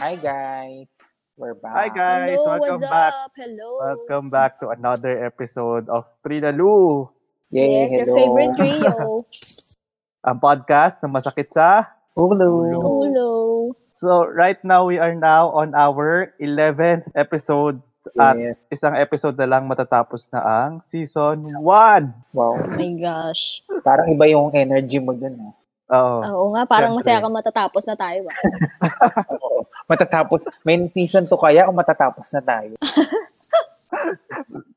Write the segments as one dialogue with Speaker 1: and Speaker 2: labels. Speaker 1: Hi guys. We're back.
Speaker 2: Hi guys,
Speaker 3: Hello,
Speaker 2: welcome
Speaker 3: what's
Speaker 2: back.
Speaker 3: up? Hello.
Speaker 2: Welcome back to another episode of Trinalu,
Speaker 1: Yay, hello.
Speaker 3: yes, your favorite trio.
Speaker 2: ang podcast na masakit sa.
Speaker 1: Ulo.
Speaker 2: Ulo.
Speaker 3: Ulo.
Speaker 2: So right now we are now on our 11th episode at
Speaker 1: Yes.
Speaker 2: isang episode na lang matatapos na ang season 1. Oo.
Speaker 1: Wow.
Speaker 3: Oh my gosh.
Speaker 1: Parang iba yung energy mo dun. ah.
Speaker 2: Oh,
Speaker 3: Oo nga, parang
Speaker 2: Siyempre.
Speaker 3: masaya ka matatapos na tayo. ah.
Speaker 1: Oo. Matatapos. May season to kaya o matatapos na tayo?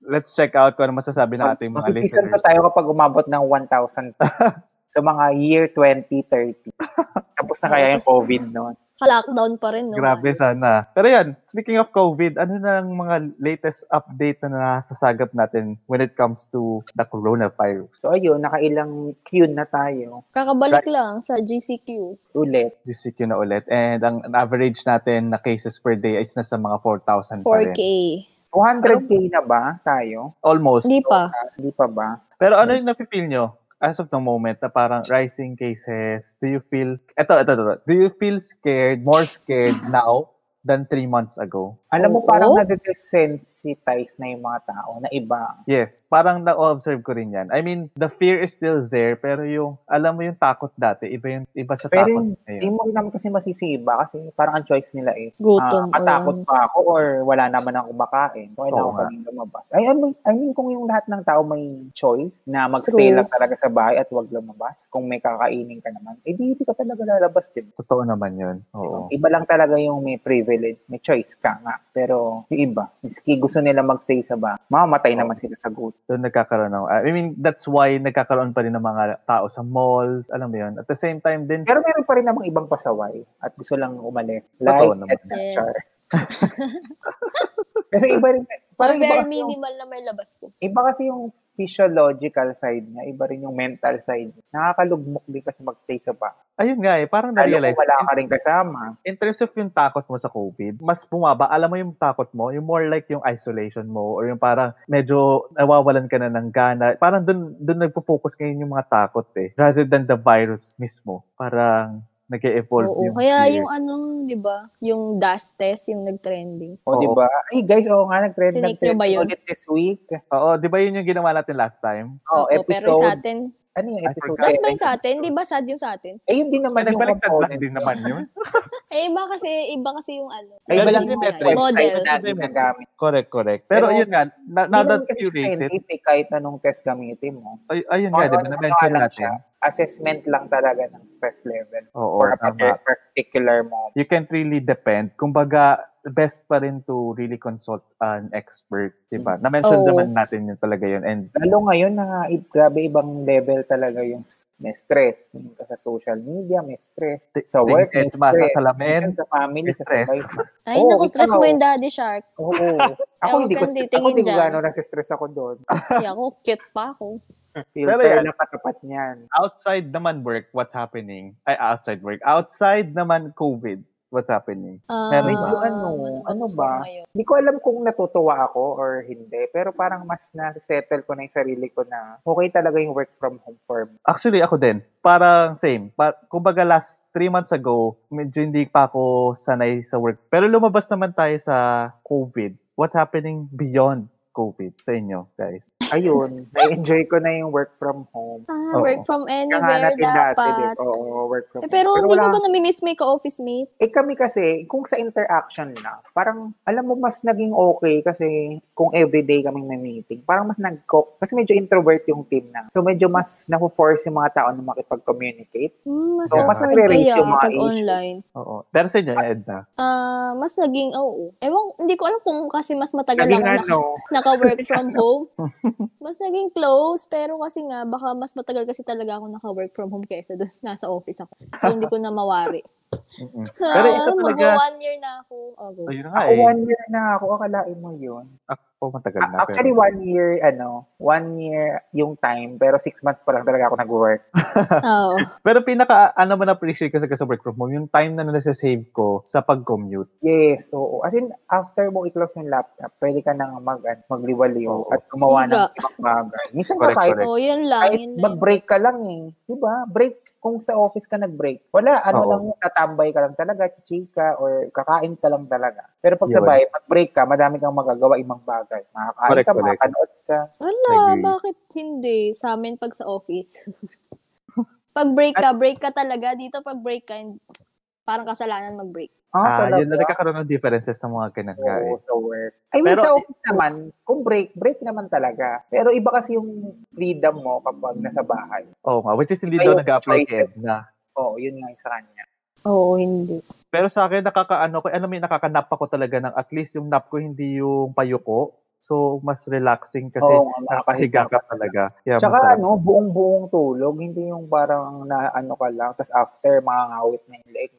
Speaker 2: Let's check out kung ano masasabi ng ating mga
Speaker 1: season
Speaker 2: listeners.
Speaker 1: to tayo kapag umabot ng 1,000. sa mga year 2030. Tapos na kaya yung
Speaker 3: Yes.
Speaker 1: COVID noon.
Speaker 3: Lockdown pa rin. No?
Speaker 2: Grabe sana. Pero yan, speaking of COVID, ano na ang mga latest update na nasasagap natin when it comes to the coronavirus?
Speaker 1: So ayun, nakailang Q na tayo
Speaker 3: Kakabalik lang sa GCQ.
Speaker 1: ulit.
Speaker 2: GCQ na ulit. And ang ang average natin na cases per day is nasa mga 4,000 pa rin.
Speaker 3: 4K.
Speaker 1: 200k na ba tayo?
Speaker 2: Almost.
Speaker 3: Hindi pa.
Speaker 1: Ah, Hindi pa ba?
Speaker 2: Pero ano yung napipil nyo? As of the moment, na parang rising cases, do you feel, eto, eto, eto, do you feel scared, more scared now than three months ago?
Speaker 1: Alam mo,
Speaker 3: Oo.
Speaker 1: parang nadesensitize na yung mga tao na iba.
Speaker 2: Yes, parang na-observe ko rin yan. I mean, the fear is still there, pero yung, alam mo yung takot dati, iba yung, iba sa
Speaker 1: Pero
Speaker 2: takot
Speaker 1: Hindi
Speaker 2: ngayon.
Speaker 1: mo rin naman kasi masisiba kasi parang ang choice nila eh.
Speaker 3: Gutom. um,
Speaker 1: Ah, matakot
Speaker 3: or-
Speaker 1: pa ako or wala naman ako kumakain. So, kailangan
Speaker 2: Oo
Speaker 1: ko
Speaker 2: nga.
Speaker 1: rin lumabas. Ay, I mean, I mean, kung yung lahat ng tao may choice na magstay
Speaker 3: True.
Speaker 1: lang talaga sa bahay at wag lumabas, kung may kakainin ka naman, eh di hindi ka talaga lalabas, di ba?
Speaker 2: Totoo naman yun. Oo.
Speaker 1: Iba lang talaga yung may privilege, may choice ka nga. Pero yung iba, miski gusto nila magstay sa bahay, mamamatay naman sila sa gut.
Speaker 2: doon nagkakaroon ng, I mean, that's why nagkakaroon pa rin ng mga tao sa malls, alam mo yun. At the same time din,
Speaker 1: Pero meron pa rin namang ibang pasaway at gusto lang umalis. Like,
Speaker 2: Totoo naman.
Speaker 1: at
Speaker 3: Yes.
Speaker 1: char. Pero iba rin, parang
Speaker 3: Parang
Speaker 1: iba
Speaker 3: very
Speaker 1: kasi yung-
Speaker 3: minimal na may labas ko.
Speaker 1: Iba kasi yung physiological side niya, iba rin yung mental side niya. Nakakalugmok din kasi magstay sa bahay.
Speaker 2: ayun nga eh, parang
Speaker 1: Lalo
Speaker 2: na-realize.
Speaker 1: kung wala ka rin kasama.
Speaker 2: in terms of yung takot mo sa COVID, mas bumaba. Alam mo yung takot mo, yung more like yung isolation mo or yung parang medyo nawawalan ka na ng gana. Parang dun, dun nagpo-focus ngayon yung mga takot eh. Rather than the virus mismo. Parang nag evolve
Speaker 3: Oo.
Speaker 2: yung
Speaker 3: Kaya
Speaker 2: fear.
Speaker 3: yung anong, di ba? Yung dust test, yung nag-trending.
Speaker 1: O,
Speaker 2: Oo.
Speaker 1: di ba? Ay, guys, oo nga, nag-trend
Speaker 3: Tinake
Speaker 1: nag-trend
Speaker 3: niyo ba yun?
Speaker 1: ulit this week.
Speaker 2: Oo, di ba yun yung ginawa natin last time?
Speaker 1: Oh,
Speaker 3: Oo, pero sa
Speaker 1: episode.
Speaker 3: atin,
Speaker 1: ano yung
Speaker 2: I
Speaker 1: episode?
Speaker 2: forgot.
Speaker 3: last ba yung sa atin? Di ba sad yung sa atin?
Speaker 1: Eh, yun din naman
Speaker 2: Naman,
Speaker 1: yung
Speaker 2: Nagbaliktad lang
Speaker 1: component.
Speaker 2: din naman yun.
Speaker 3: Eh, iba kasi, iba kasi yung ano.
Speaker 1: Ay,
Speaker 2: Meron
Speaker 1: iba lang
Speaker 2: din
Speaker 1: yung
Speaker 2: may
Speaker 1: website
Speaker 3: Model.
Speaker 1: na ginagamit.
Speaker 2: correct, correct. Pero,
Speaker 1: Pero,
Speaker 2: yun nga, na,
Speaker 1: Hindi
Speaker 2: now
Speaker 1: naman
Speaker 2: that
Speaker 1: kasi
Speaker 2: you rate it,
Speaker 1: scientific kahit anong test gamitin mo.
Speaker 2: ay, ayun nga, di ba,
Speaker 1: Ano,
Speaker 2: na-mention
Speaker 1: ano lang
Speaker 2: natin.
Speaker 1: siya, Assessment lang talaga ng stress level
Speaker 2: Oo,
Speaker 1: for a
Speaker 2: tama.
Speaker 1: parti- particular moment.
Speaker 2: you can't really depend. Kumbaga, best pa rin to really consult an expert, di ba? Na-mention
Speaker 3: Oo.
Speaker 2: naman natin yun talaga yun. And
Speaker 1: Lalo ngayon na i- grabe ibang level talaga yung s- may stress. Yung ka sa social media, may stress.
Speaker 2: th-
Speaker 1: Sa work, may
Speaker 2: tingin sa
Speaker 1: stress.
Speaker 2: salamin,
Speaker 1: Minsan sa family,
Speaker 2: may
Speaker 1: sa
Speaker 2: stress.
Speaker 1: sabay.
Speaker 3: Ay,
Speaker 1: Oo,
Speaker 3: naku, stress
Speaker 1: ikaw.
Speaker 3: mo yung daddy shark.
Speaker 1: Oo. ako
Speaker 3: Ewan
Speaker 1: hindi ko,
Speaker 3: ka, hindi.
Speaker 1: ako
Speaker 3: Tingin
Speaker 1: hindi ko
Speaker 3: dyan.
Speaker 1: gano'n nasistress ako doon.
Speaker 3: Kaya ako, cute pa ako.
Speaker 1: Filter
Speaker 2: Ah, yan.
Speaker 1: na katapat niyan.
Speaker 2: outside naman work, what's happening? Ay, outside work. Outside naman COVID, what's happening?
Speaker 3: Ah,
Speaker 2: Medyo
Speaker 1: ano, ano
Speaker 3: gusto
Speaker 1: ba?
Speaker 3: mo ngayon?
Speaker 1: Hindi ko alam kung natutuwa ako or hindi. Pero parang mas na-settle ko na yung sarili ko na okay talaga yung work from home for me.
Speaker 2: Actually, ako din. Parang same. Pa- kumbaga last three months ago, medyo hindi pa ako sanay sa work. Pero lumabas naman tayo sa COVID. What's happening beyond COVID sa inyo, guys?
Speaker 1: Ayun, na-enjoy ko na yung work from home.
Speaker 2: Oo.
Speaker 3: Ah, work from
Speaker 1: Kaya
Speaker 3: anywhere
Speaker 1: natin dati, di ba?
Speaker 3: dapat.
Speaker 1: Oo, work from
Speaker 3: Eh,
Speaker 1: home.
Speaker 3: pero, hindi
Speaker 1: wala
Speaker 3: mo ba namimiss mo yung ka-office mate?
Speaker 1: Eh kami kasi, kung sa interaction na, parang alam mo mas naging okay kasi kung everyday kaming may meeting, parang mas nag kasi medyo introvert yung team na. So medyo mas na-force yung mga tao na makipag-communicate.
Speaker 3: Hmm, mas
Speaker 2: So, mas
Speaker 3: awkward
Speaker 1: nagre-raise
Speaker 3: kaya
Speaker 1: yung mga
Speaker 3: pag
Speaker 1: issue.
Speaker 3: online.
Speaker 2: Oo. Pero sa inyo, Edna?
Speaker 3: Ah, mas naging, oo. Ewan, hindi ko alam kung kasi mas matagal
Speaker 1: Naging
Speaker 3: ako naka,
Speaker 1: ano,
Speaker 3: naka-work from home. mas naging close, pero kasi nga, baka mas matagal kasi talaga ako naka-work from home kaysa doon nasa office ako. So, hindi ko na mawari.
Speaker 2: Mm-mm.
Speaker 3: Ah,
Speaker 2: Pero isa talaga,
Speaker 3: Mag-one year na ako. Oh, go.
Speaker 2: ayun nga
Speaker 1: ako
Speaker 2: eh.
Speaker 1: one year na ako, akalain mo yun.
Speaker 2: Ako matagal na.
Speaker 1: A- Actually,
Speaker 2: pero,
Speaker 1: one year, ano, one year yung time, pero six months pa lang talaga ako nag-work.
Speaker 3: Oo.
Speaker 2: pero pinaka, ano man appreciate ko sa sa work from home, yung time na nasa-save ko sa pag-commute.
Speaker 1: Yes, oo. As in, after mo i-close yung laptop, pwede ka nang mag, ano, magliwaliw at gumawa ng
Speaker 3: Iga.
Speaker 1: ibang bagay. Minsan
Speaker 2: Correct,
Speaker 1: ka kahit
Speaker 2: correct.
Speaker 3: Oo, Oh, yun lang.
Speaker 1: Kahit
Speaker 3: yun lang.
Speaker 1: mag-break ka lang eh. Diba? Break. kung sa office ka nag-break, wala, ano
Speaker 2: Oo.
Speaker 1: lang yun, tatambay ka lang talaga, chichika, or kakain ka lang talaga. Pero pag
Speaker 2: Yun.
Speaker 1: sa bahay, pag-break ka, madami kang magagawa, ibang bagay. Makakain
Speaker 2: Correct,
Speaker 1: ka,
Speaker 2: correct.
Speaker 1: makakanood ka.
Speaker 3: Wala,
Speaker 2: Agree.
Speaker 3: bakit hindi? Sa amin pag sa office. pag break ka, break ka talaga. Dito pag break ka, hin- parang kasalanan mag-break.
Speaker 2: Ah,
Speaker 1: talaga?
Speaker 2: yun na nagkakaroon ng differences sa mga eh. kinakain.
Speaker 1: Oo, sa work. I mean,
Speaker 2: Pero-
Speaker 1: sa office naman, kung break, break naman talaga. Pero iba kasi yung freedom mo kapag nasa bahay.
Speaker 2: Oo nga, which is hindi
Speaker 1: Ay,
Speaker 2: daw
Speaker 1: yung
Speaker 2: nag-apply kay
Speaker 1: choices.
Speaker 2: Edna.
Speaker 1: Oo, yun nga yung sa kanya.
Speaker 3: Oo, hindi.
Speaker 2: Pero sa akin, nakakaano ko, alam mo yun, nakakanap ako talaga ng at least yung nap ko hindi yung payuko. So, mas relaxing kasi
Speaker 1: Oo, nga,
Speaker 2: nakahiga ka talaga. Yeah,
Speaker 1: Tsaka
Speaker 2: masarap.
Speaker 1: ano, buong-buong tulog, hindi yung parang na ano ka lang, tapos after, makangawit na yung leg.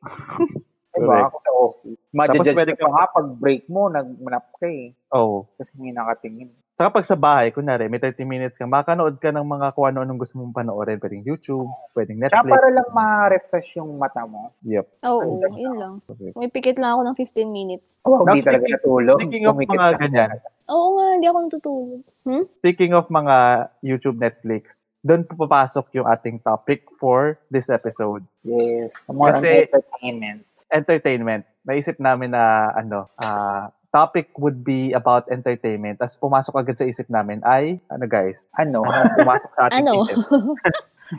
Speaker 1: diba?
Speaker 2: Correct.
Speaker 1: Ako sa office. Madjudge
Speaker 2: pwede
Speaker 1: ka pa
Speaker 2: ka-
Speaker 1: nga pag break mo, nagmanap ka eh.
Speaker 2: Oo.
Speaker 1: Kasi may nakatingin.
Speaker 2: Saka pag sa bahay, kunwari, may 30 minutes ka, makakanood ka ng mga kung ano-anong gusto mong panoorin. Pwedeng YouTube, pwedeng
Speaker 1: Tsaka
Speaker 2: Netflix.
Speaker 1: para lang ma-refresh yung mata mo.
Speaker 2: Yep.
Speaker 3: Oo, yun lang.
Speaker 2: Correct.
Speaker 3: May pikit lang ako ng 15 minutes.
Speaker 1: Oh,
Speaker 2: Now,
Speaker 1: hindi talaga
Speaker 2: speaking-
Speaker 1: natulog.
Speaker 2: Speaking of
Speaker 1: Pumikit
Speaker 2: mga
Speaker 1: lang.
Speaker 2: ganyan,
Speaker 3: Oo nga, hindi ako natutulog.
Speaker 2: speaking of mga YouTube, Netflix, doon po papasok yung ating topic for this episode.
Speaker 1: Yes. More on
Speaker 2: Kasi-
Speaker 1: entertainment.
Speaker 2: entertainment, naisip namin na ano, ah, topic would be about entertainment. Tapos pumasok agad sa isip namin ay, ano guys,
Speaker 1: Ano?
Speaker 2: pumasok sa ating
Speaker 3: Ano?
Speaker 2: isip.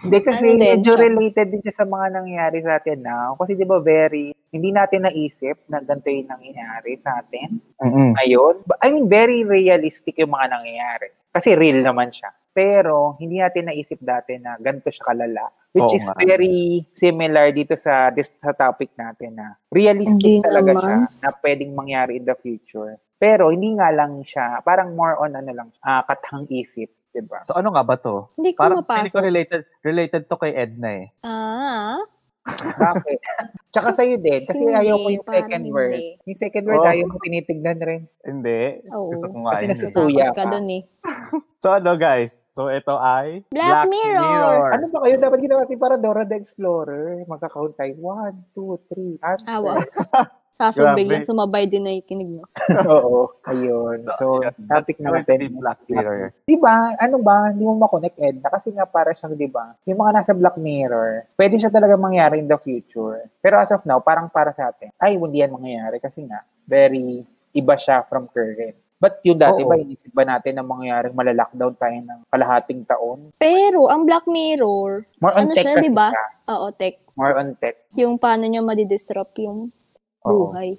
Speaker 1: Hindi kasi
Speaker 3: Ano din,
Speaker 1: medyo
Speaker 3: tsaka-
Speaker 1: related din siya sa mga nangyayari sa atin now. Kasi di ba very, hindi natin naisip na ganito yung nangyayari sa atin
Speaker 2: Mm-mm.
Speaker 1: ngayon. Ba- I mean, very realistic yung mga nangyayari. Kasi real naman siya. Pero hindi natin naisip dati na ganito siya kalala. Which
Speaker 2: Oo
Speaker 1: is
Speaker 2: nga.
Speaker 1: very similar dito sa this, sa topic natin na realistic
Speaker 3: Hindi
Speaker 1: talaga
Speaker 3: naman.
Speaker 1: siya na pwedeng mangyari in the future. Pero hindi nga lang siya, parang more on ano lang, ah, kathang isip, di ba?
Speaker 2: So ano nga ba to?
Speaker 3: Hindi ko
Speaker 2: Parang feeling ko
Speaker 3: mapasok.
Speaker 2: related, related to kay Edna eh.
Speaker 3: Ah,
Speaker 1: Bakit? Tsaka sa'yo din. Kasi
Speaker 3: Hindi,
Speaker 1: ayaw ko yung
Speaker 3: parang
Speaker 1: second word.
Speaker 3: hindi.
Speaker 1: Yung second word,
Speaker 2: Oh.
Speaker 1: ayaw mo tinitignan rin.
Speaker 2: Hindi.
Speaker 3: Oo.
Speaker 2: Gusto ko nga
Speaker 1: Kasi
Speaker 2: yun eh.
Speaker 1: nasusulat. Suya
Speaker 3: takot ka
Speaker 1: ka.
Speaker 3: dun eh.
Speaker 2: So ano guys, so ito ay
Speaker 3: Black Mirror.
Speaker 1: Ano ba kayo? Dapat ginawa natin para Dora the Explorer. Magkakaunt tayo. One, two, three. Answer.
Speaker 3: Awa. Kaso
Speaker 2: Grabe.
Speaker 3: biglang sumabay din na ikinig mo.
Speaker 1: Oo. Ayun. So, topic
Speaker 2: That's going to be
Speaker 1: natin.
Speaker 2: Black Mirror.
Speaker 1: Di ba? Ano ba? Hindi mo makonect, Edna. Kasi nga para siyang, di ba? Yung mga nasa Black Mirror, pwede siya talaga mangyari in the future. Pero as of now, parang para sa atin. Ay, hindi yan mangyayari. Kasi nga, very iba siya from current. But yung dati
Speaker 2: Oo.
Speaker 1: ba, inisip ba natin na mangyayaring malalockdown tayo ng kalahating taon?
Speaker 3: Pero, ang Black Mirror,
Speaker 1: More on
Speaker 3: Ano
Speaker 1: tech
Speaker 3: siya,
Speaker 1: kasi
Speaker 3: di ba?
Speaker 1: siya.
Speaker 3: oo, tech.
Speaker 1: More on tech.
Speaker 3: Yung paano niya madidisrupt yung
Speaker 2: Oo.
Speaker 3: buhay.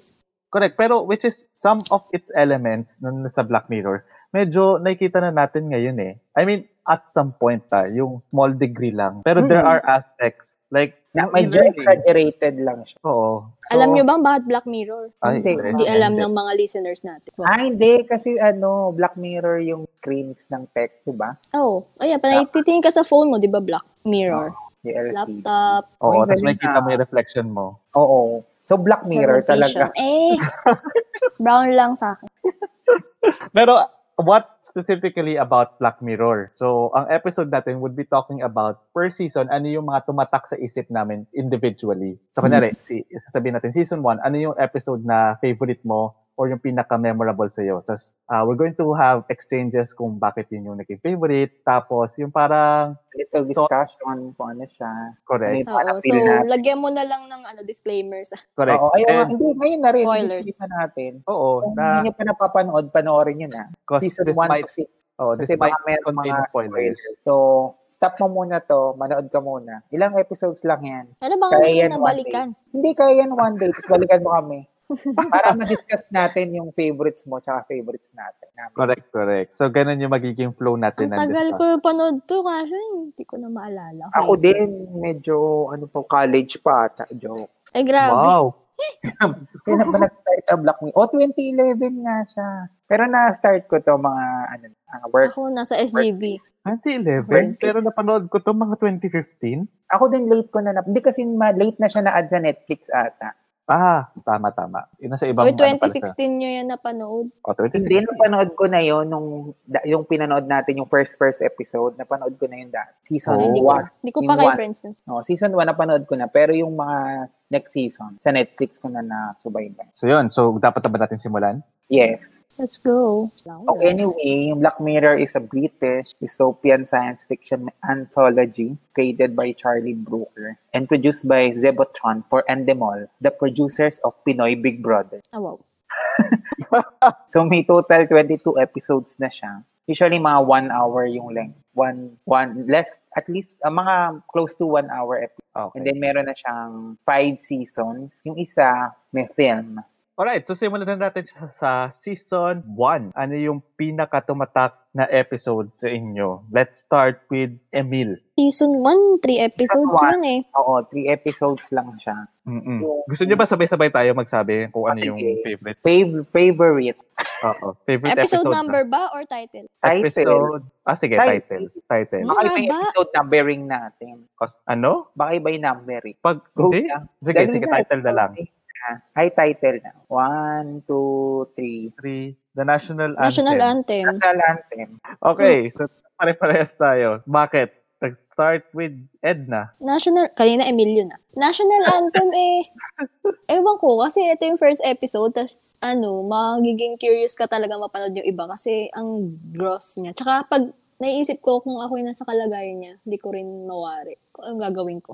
Speaker 2: Correct. Pero which is some of its elements na nasa Black Mirror, medyo nakikita na natin ngayon eh. I mean, at some point ta, yung small degree lang. Pero there
Speaker 1: Mhm.
Speaker 2: are aspects like
Speaker 1: Na eh.
Speaker 2: yung
Speaker 1: medyo
Speaker 2: e-learning.
Speaker 1: exaggerated lang siya.
Speaker 2: Oo.
Speaker 3: Alam niyo ba ang bakit Black Mirror?
Speaker 2: Ay,
Speaker 1: Hindi.
Speaker 2: correct.
Speaker 3: Hindi
Speaker 1: Ah,
Speaker 3: alam
Speaker 2: Hindi.
Speaker 3: ng mga listeners natin.
Speaker 1: Ah, hindi. Kasi ano, Black Mirror yung screens ng tech, di ba?
Speaker 3: Oo. Oh, ayan, pala titingin ka sa phone mo, di ba, Black Mirror?
Speaker 1: Yung LCD.
Speaker 3: Laptop,
Speaker 2: Oo,
Speaker 1: Ay,
Speaker 2: tapos
Speaker 1: galing
Speaker 2: makikita
Speaker 1: na.
Speaker 2: mo yung reflection mo.
Speaker 1: Oo. So, Black Mirror
Speaker 3: rotation.
Speaker 1: talaga.
Speaker 3: Eh, brown lang sa akin.
Speaker 2: Pero what specifically about Black Mirror? So, ang episode natin would be talking about per season, ano yung mga tumatak sa isip namin individually.
Speaker 1: Mm-hmm.
Speaker 2: So, kunyari, si, sasabihin natin season 1, ano yung episode na favorite mo or yung pinaka-memorable sa'yo. Tapos, ah, we're going to have exchanges kung bakit yun yung naging favorite. Tapos, yung parang,
Speaker 1: Little discussion kung ano siya. Ano
Speaker 2: correct,
Speaker 1: yung
Speaker 3: Oo,
Speaker 1: parang
Speaker 3: so,
Speaker 1: feel natin.
Speaker 3: lagyan mo na lang ng ano, disclaimers.
Speaker 2: correct.
Speaker 1: Oo, ayun, nga,
Speaker 2: And,
Speaker 1: hindi, ngayon na rin.
Speaker 3: Spoilers.
Speaker 1: Spoilers. na natin.
Speaker 2: oo,
Speaker 1: Kung hindi
Speaker 2: na,
Speaker 1: nyo pa napapanood, panoorin nyo na.
Speaker 2: cause
Speaker 1: Season
Speaker 2: this
Speaker 1: 1
Speaker 2: might,
Speaker 1: to 6.
Speaker 2: oh, this
Speaker 1: Kasi
Speaker 2: might
Speaker 1: baka meron
Speaker 2: contain
Speaker 1: mga
Speaker 2: spoilers.
Speaker 1: spoilers. So, stop mo muna to. Manood ka muna. Ilang episodes lang yan.
Speaker 3: Ano ba
Speaker 1: Kaya
Speaker 3: nga nila
Speaker 1: yan,
Speaker 3: nabalikan?
Speaker 1: Hindi kaya yan one day. Tapos balikan mo kami. Para ma-discuss natin yung favorites mo tsaka favorites natin. namin.
Speaker 2: Correct, correct. So, ganun yung magiging flow natin ng
Speaker 3: Ang tagal
Speaker 2: discussion.
Speaker 3: ko panood to, kasi hindi ko na maalala.
Speaker 1: Ako din, medyo, ano po, college pa ata. Joke.
Speaker 3: Ay, Eh, grabe.
Speaker 2: Wow!
Speaker 1: Kaya na ba nag-start ang Black Mirror? O, 2011 nga siya. Pero na-start ko to mga, ano, mga work.
Speaker 3: Ako nasa SGB.
Speaker 2: 2011?
Speaker 1: Worth
Speaker 2: Pero napanood ko to mga 2015.
Speaker 1: Ako din late ko na, nap- hindi kasi ma- late na siya na-add sa Netflix ata.
Speaker 2: Ah, tama, tama. Yun na sa ibang...
Speaker 3: Oy,
Speaker 2: ano pala siya.
Speaker 3: 2016 nyo yan napanood.
Speaker 2: Oh, 2016.
Speaker 1: Hindi, napanood ko na yon nung, da- yung pinanood natin, yung first first episode, napanood ko na yun dati. Season
Speaker 2: Oh.
Speaker 3: Ay, Ah, hindi,
Speaker 1: 1.
Speaker 3: ko, hindi ko pa
Speaker 1: Yung
Speaker 3: kay
Speaker 1: one.
Speaker 3: friends na.
Speaker 1: No, season 1 napanood ko na, pero yung mga next season. Sa Netflix ko na nasubaybay.
Speaker 2: So yun, so dapat na ba natin simulan?
Speaker 1: Yes.
Speaker 3: Let's go.
Speaker 1: Oh, anyway, Black Mirror is a British dystopian science fiction anthology created by Charlie Brooker and produced by Zebotron for Endemol, the producers of Pinoy Big Brother.
Speaker 3: Ah, wow.
Speaker 1: So may total 22 episodes na siya. Usually mga one hour yung length. One, one, less, at least, ah, mga close to one hour episode. And
Speaker 2: Okay.
Speaker 1: then meron na siyang five seasons. Yung isa, may film.
Speaker 2: Alright, so simulan na natin siya sa season 1. Ano yung pinakatumatak na episode sa inyo? Let's start with Emil.
Speaker 3: Season 1, 3 episodes
Speaker 1: Season
Speaker 3: yun eh.
Speaker 1: Oo, three episodes lang siya.
Speaker 2: Mm-mm.
Speaker 1: So,
Speaker 2: Gusto niyo ba sabay-sabay tayo magsabi kung ano
Speaker 1: Ah,
Speaker 2: yung
Speaker 1: sige.
Speaker 2: favorite?
Speaker 1: fav- favorite
Speaker 2: Oo. Favorite episode,
Speaker 3: Episode,
Speaker 2: na.
Speaker 3: number ba or title?
Speaker 1: title.
Speaker 2: Episode. Ah, sige,
Speaker 1: Title.
Speaker 2: title. Title.
Speaker 3: Hmm?
Speaker 1: Baka iba yung
Speaker 3: Mahaba.
Speaker 1: episode numbering natin.
Speaker 2: Ano?
Speaker 1: Baka iba yung numbering.
Speaker 2: Pag,
Speaker 1: Go
Speaker 2: hindi?
Speaker 1: na.
Speaker 2: Sige,
Speaker 1: Dahil
Speaker 2: sige,
Speaker 1: na, Ah,
Speaker 2: title na lang.
Speaker 1: High title na. One, two, three.
Speaker 2: Three, The National Anthem.
Speaker 3: National Anthem.
Speaker 1: National anthem.
Speaker 2: Okay, so pare-parehas tayo. Bakit? Start with Edna.
Speaker 3: National, kanina Emilio na. National Anthem eh, ewan ko, kasi ito yung first episode, tas ano, magiging curious ka talaga mapanood yung iba kasi ang gross niya. Tsaka pag naiisip ko kung ako yung nasa kalagayan niya, hindi ko rin mawari kung anong gagawin ko.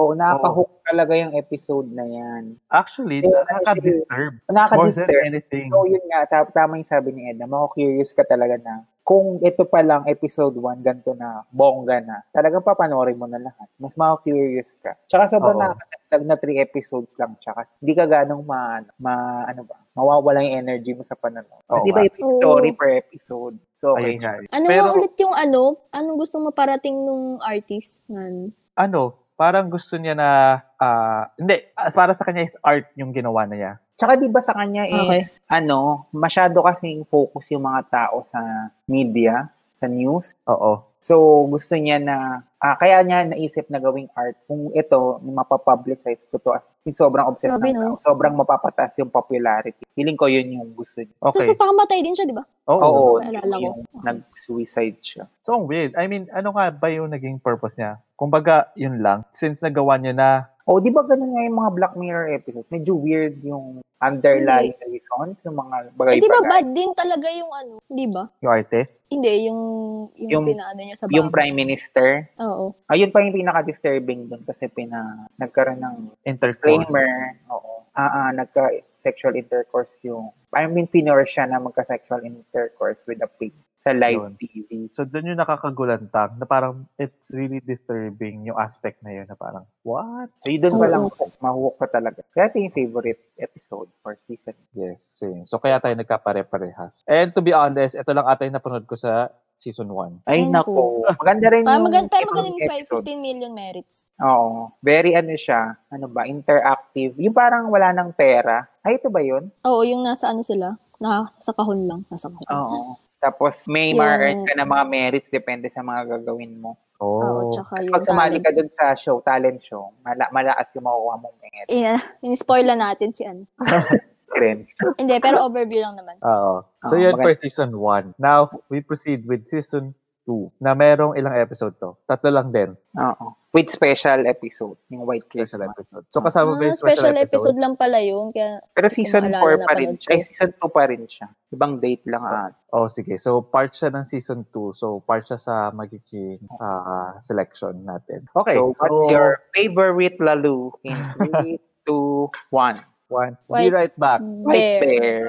Speaker 1: Oo, napahook talaga yung episode na yan.
Speaker 2: Actually,
Speaker 1: Yeah,
Speaker 2: nakaka-disturb. More than
Speaker 1: Nakaka-disturb.
Speaker 2: anything.
Speaker 1: So, yun nga, ta- tama yung sabi ni Edna. Mako-curious ka talaga na kung ito pa lang episode 1, ganito na, bongga na, talagang papanorin mo na lahat. Mas mako-curious ka. Tsaka sobrang
Speaker 2: Oo.
Speaker 1: nakakatagdag na 3 episodes lang. Tsaka hindi ka ganong ma, ma, ano ba, mawawala yung energy mo sa panonood.
Speaker 2: Oo
Speaker 1: Kasi iba
Speaker 2: nga.
Speaker 1: yung story per episode. So,
Speaker 2: Ayun
Speaker 1: okay.
Speaker 2: nga.
Speaker 3: Ano
Speaker 2: Pero,
Speaker 3: nga ulit yung ano? Anong gusto mo parating nung artist? Nan?
Speaker 2: ano, parang gusto niya na, ah, hindi, as para sa kanya is art yung ginawa na niya.
Speaker 1: Tsaka di ba sa kanya is,
Speaker 3: Okay.
Speaker 1: ano, masyado kasing focus yung mga tao sa media, sa news.
Speaker 2: Oo.
Speaker 1: So, gusto niya na, ah, kaya niya naisip na gawing art. Kung ito, mapapublicize ko to as yung sobrang obsessed
Speaker 3: Grabe,
Speaker 1: ng
Speaker 3: no?
Speaker 1: tao. Sobrang mapapataas yung popularity. Feeling ko yun yung gusto niya.
Speaker 3: Tapos
Speaker 2: Okay.
Speaker 3: nagpakamatay din siya, di ba?
Speaker 1: Oo,
Speaker 2: Oo.
Speaker 3: Naalala
Speaker 1: yun
Speaker 3: ko.
Speaker 1: yung nag-suicide siya.
Speaker 2: So ang weird. I mean, ano nga ba yung naging purpose niya? Kumbaga, yun lang. Since nagawa niya na,
Speaker 1: O, Oh, di ba ganun nga yung mga Black Mirror episodes? Medyo weird yung underlying reasons, yung mga
Speaker 3: Eh, di ba
Speaker 1: bagay-bagay.
Speaker 3: bad din talaga yung ano? Di ba?
Speaker 2: yung artist,
Speaker 3: Hindi, yung, yung,
Speaker 1: Yung-
Speaker 3: pinaano niya sa
Speaker 1: yung
Speaker 3: baba.
Speaker 1: Prime Minister,
Speaker 3: Oo.
Speaker 1: ayun pa yung pinaka-disturbing dun kasi pina, nagkaroon ng
Speaker 2: intercourse.
Speaker 1: disclaimer, oo, ah, ah, nagka-sexual intercourse yung, I mean, pinor siya na magka-sexual intercourse with a pig sa live
Speaker 2: Yun.
Speaker 1: TV.
Speaker 2: So, doon yung nakakagulantang na parang it's really disturbing yung aspect na yun na parang, what?
Speaker 1: So, yun doon pa
Speaker 3: Oo.
Speaker 1: lang, mahuhok ka talaga. Kaya ito yung favorite episode for season.
Speaker 2: Yes, same. So, kaya tayo nagkapare-parehas. And to be honest, ito lang ata yung napanood ko sa season 1.
Speaker 1: Ay,
Speaker 3: Ay,
Speaker 1: nako. Maganda rin
Speaker 3: Parang Ah, maganda, pero
Speaker 1: ibang
Speaker 3: maganda yung five-
Speaker 1: episode.
Speaker 3: 15 million merits.
Speaker 1: Oo. Very ano siya, ano ba, interactive. Yung parang wala ng pera. Ay, ito ba yun?
Speaker 3: Oo, yung nasa ano sila, na sa kahon lang, nasa kahon.
Speaker 1: Oo. Tapos may
Speaker 3: Yung-
Speaker 1: ma-earn ka ng mga merits depende sa mga gagawin mo.
Speaker 2: Oh.
Speaker 3: Oo, tsaka yung
Speaker 1: Pag sumali
Speaker 3: talent.
Speaker 1: ka dun sa show, talent show, mala- malaas yung makukuha mong merits.
Speaker 3: Yeah, in-spoil na natin si ano.
Speaker 1: Friends.
Speaker 3: Hindi, pero overview lang naman.
Speaker 2: Oo. So,
Speaker 1: Oo,
Speaker 2: yun
Speaker 1: maganda.
Speaker 2: for season 1. Now, we proceed with season 2 na merong ilang episode to. Tatlo lang din.
Speaker 1: Oo. With special episode, yung White
Speaker 2: Special
Speaker 1: Christmas.
Speaker 2: episode. So, kasama ba
Speaker 3: Ah,
Speaker 2: yung special,
Speaker 3: special episode lang pala yun. Kaya,
Speaker 1: Pero season 4
Speaker 3: Kung maalala,
Speaker 1: pa rin
Speaker 3: napanood
Speaker 1: siya. Ay,
Speaker 3: ko.
Speaker 1: season 2 pa rin siya. Ibang date lang ah. at.
Speaker 2: Oh, sige. So, part siya ng season 2. So, part siya sa magiging ah, selection natin. Okay.
Speaker 1: so, what's your favorite Lalu in 3, 2, 1?
Speaker 2: One.
Speaker 3: White
Speaker 2: Be right back.
Speaker 1: White Ah,
Speaker 3: bear.
Speaker 1: Bear.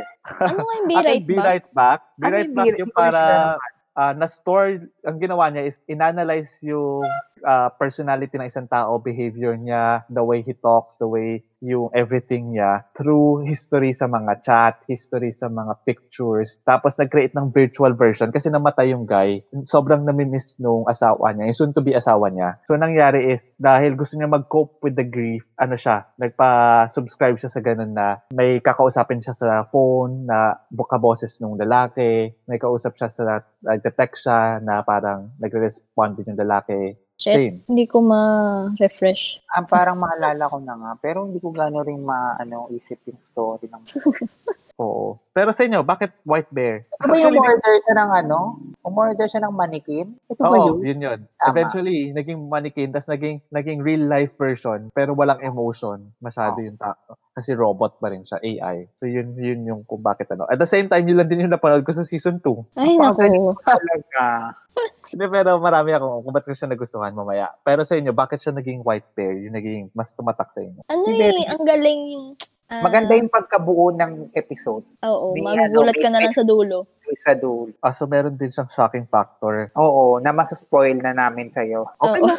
Speaker 3: Ano nga yung be
Speaker 2: Akin,
Speaker 3: right
Speaker 2: be
Speaker 3: ba?
Speaker 2: right back. Be
Speaker 1: Ano
Speaker 2: right
Speaker 1: yung
Speaker 2: back
Speaker 1: be-
Speaker 2: yung
Speaker 1: hindi ko
Speaker 2: para
Speaker 1: siya
Speaker 2: ah, na-store, ang ginawa niya is inanalyze yung ah, personality ng isang tao, behavior niya, the way he talks, the way yung everything niya through history sa mga chat, history sa mga pictures. Tapos nag-create ng virtual version kasi namatay yung guy. Sobrang namimiss nung asawa niya, yung soon to be asawa niya. So nangyari is dahil gusto niya mag-cope with the grief, ano siya, nagpa-subscribe siya sa ganun na may kakausapin siya sa phone na buka boses nung lalaki, may kausap siya sa nag-detect siya na parang nagre-respond din yung lalaki.
Speaker 3: Shit.
Speaker 2: Same.
Speaker 3: Hindi ko ma-refresh.
Speaker 1: Ah, Ang parang maalala ko na nga, pero hindi ko gano'n rin maano isip yung story ng
Speaker 2: Oo. Pero sa inyo, bakit white bear?
Speaker 1: Ito Ano ba yung order siya ng ano? Umorder siya ng manikin? Ito ba
Speaker 2: Oo,
Speaker 1: yun?
Speaker 2: yun yun.
Speaker 1: Tama.
Speaker 2: Eventually, naging mannequin, tas naging, naging real-life version, pero walang emotion. Masyado
Speaker 1: Ah.
Speaker 2: yung tao. Kasi robot pa rin siya, AI. So, yun, yun yung kung bakit ano. At the same time, yun lang din yung napanood ko sa season 2.
Speaker 3: Ay, naku.
Speaker 1: Talaga.
Speaker 2: Hindi, pero marami akong kung ba't ko siya nagustuhan mamaya. Pero sa inyo, bakit siya naging white bear? Yung naging mas tumatak sa inyo.
Speaker 3: Ano
Speaker 1: Si
Speaker 3: eh,
Speaker 1: Derek.
Speaker 3: ang galing yung... ah,
Speaker 1: Maganda yung pagkabuo ng episode
Speaker 3: Oo,
Speaker 1: may
Speaker 3: magugulat
Speaker 1: ano,
Speaker 3: ka na lang sa dulo.
Speaker 1: sa dulo.
Speaker 2: Ah, so meron din siyang shocking factor.
Speaker 1: Oo, na masaspoil na namin sa'yo. Okay
Speaker 3: Oo.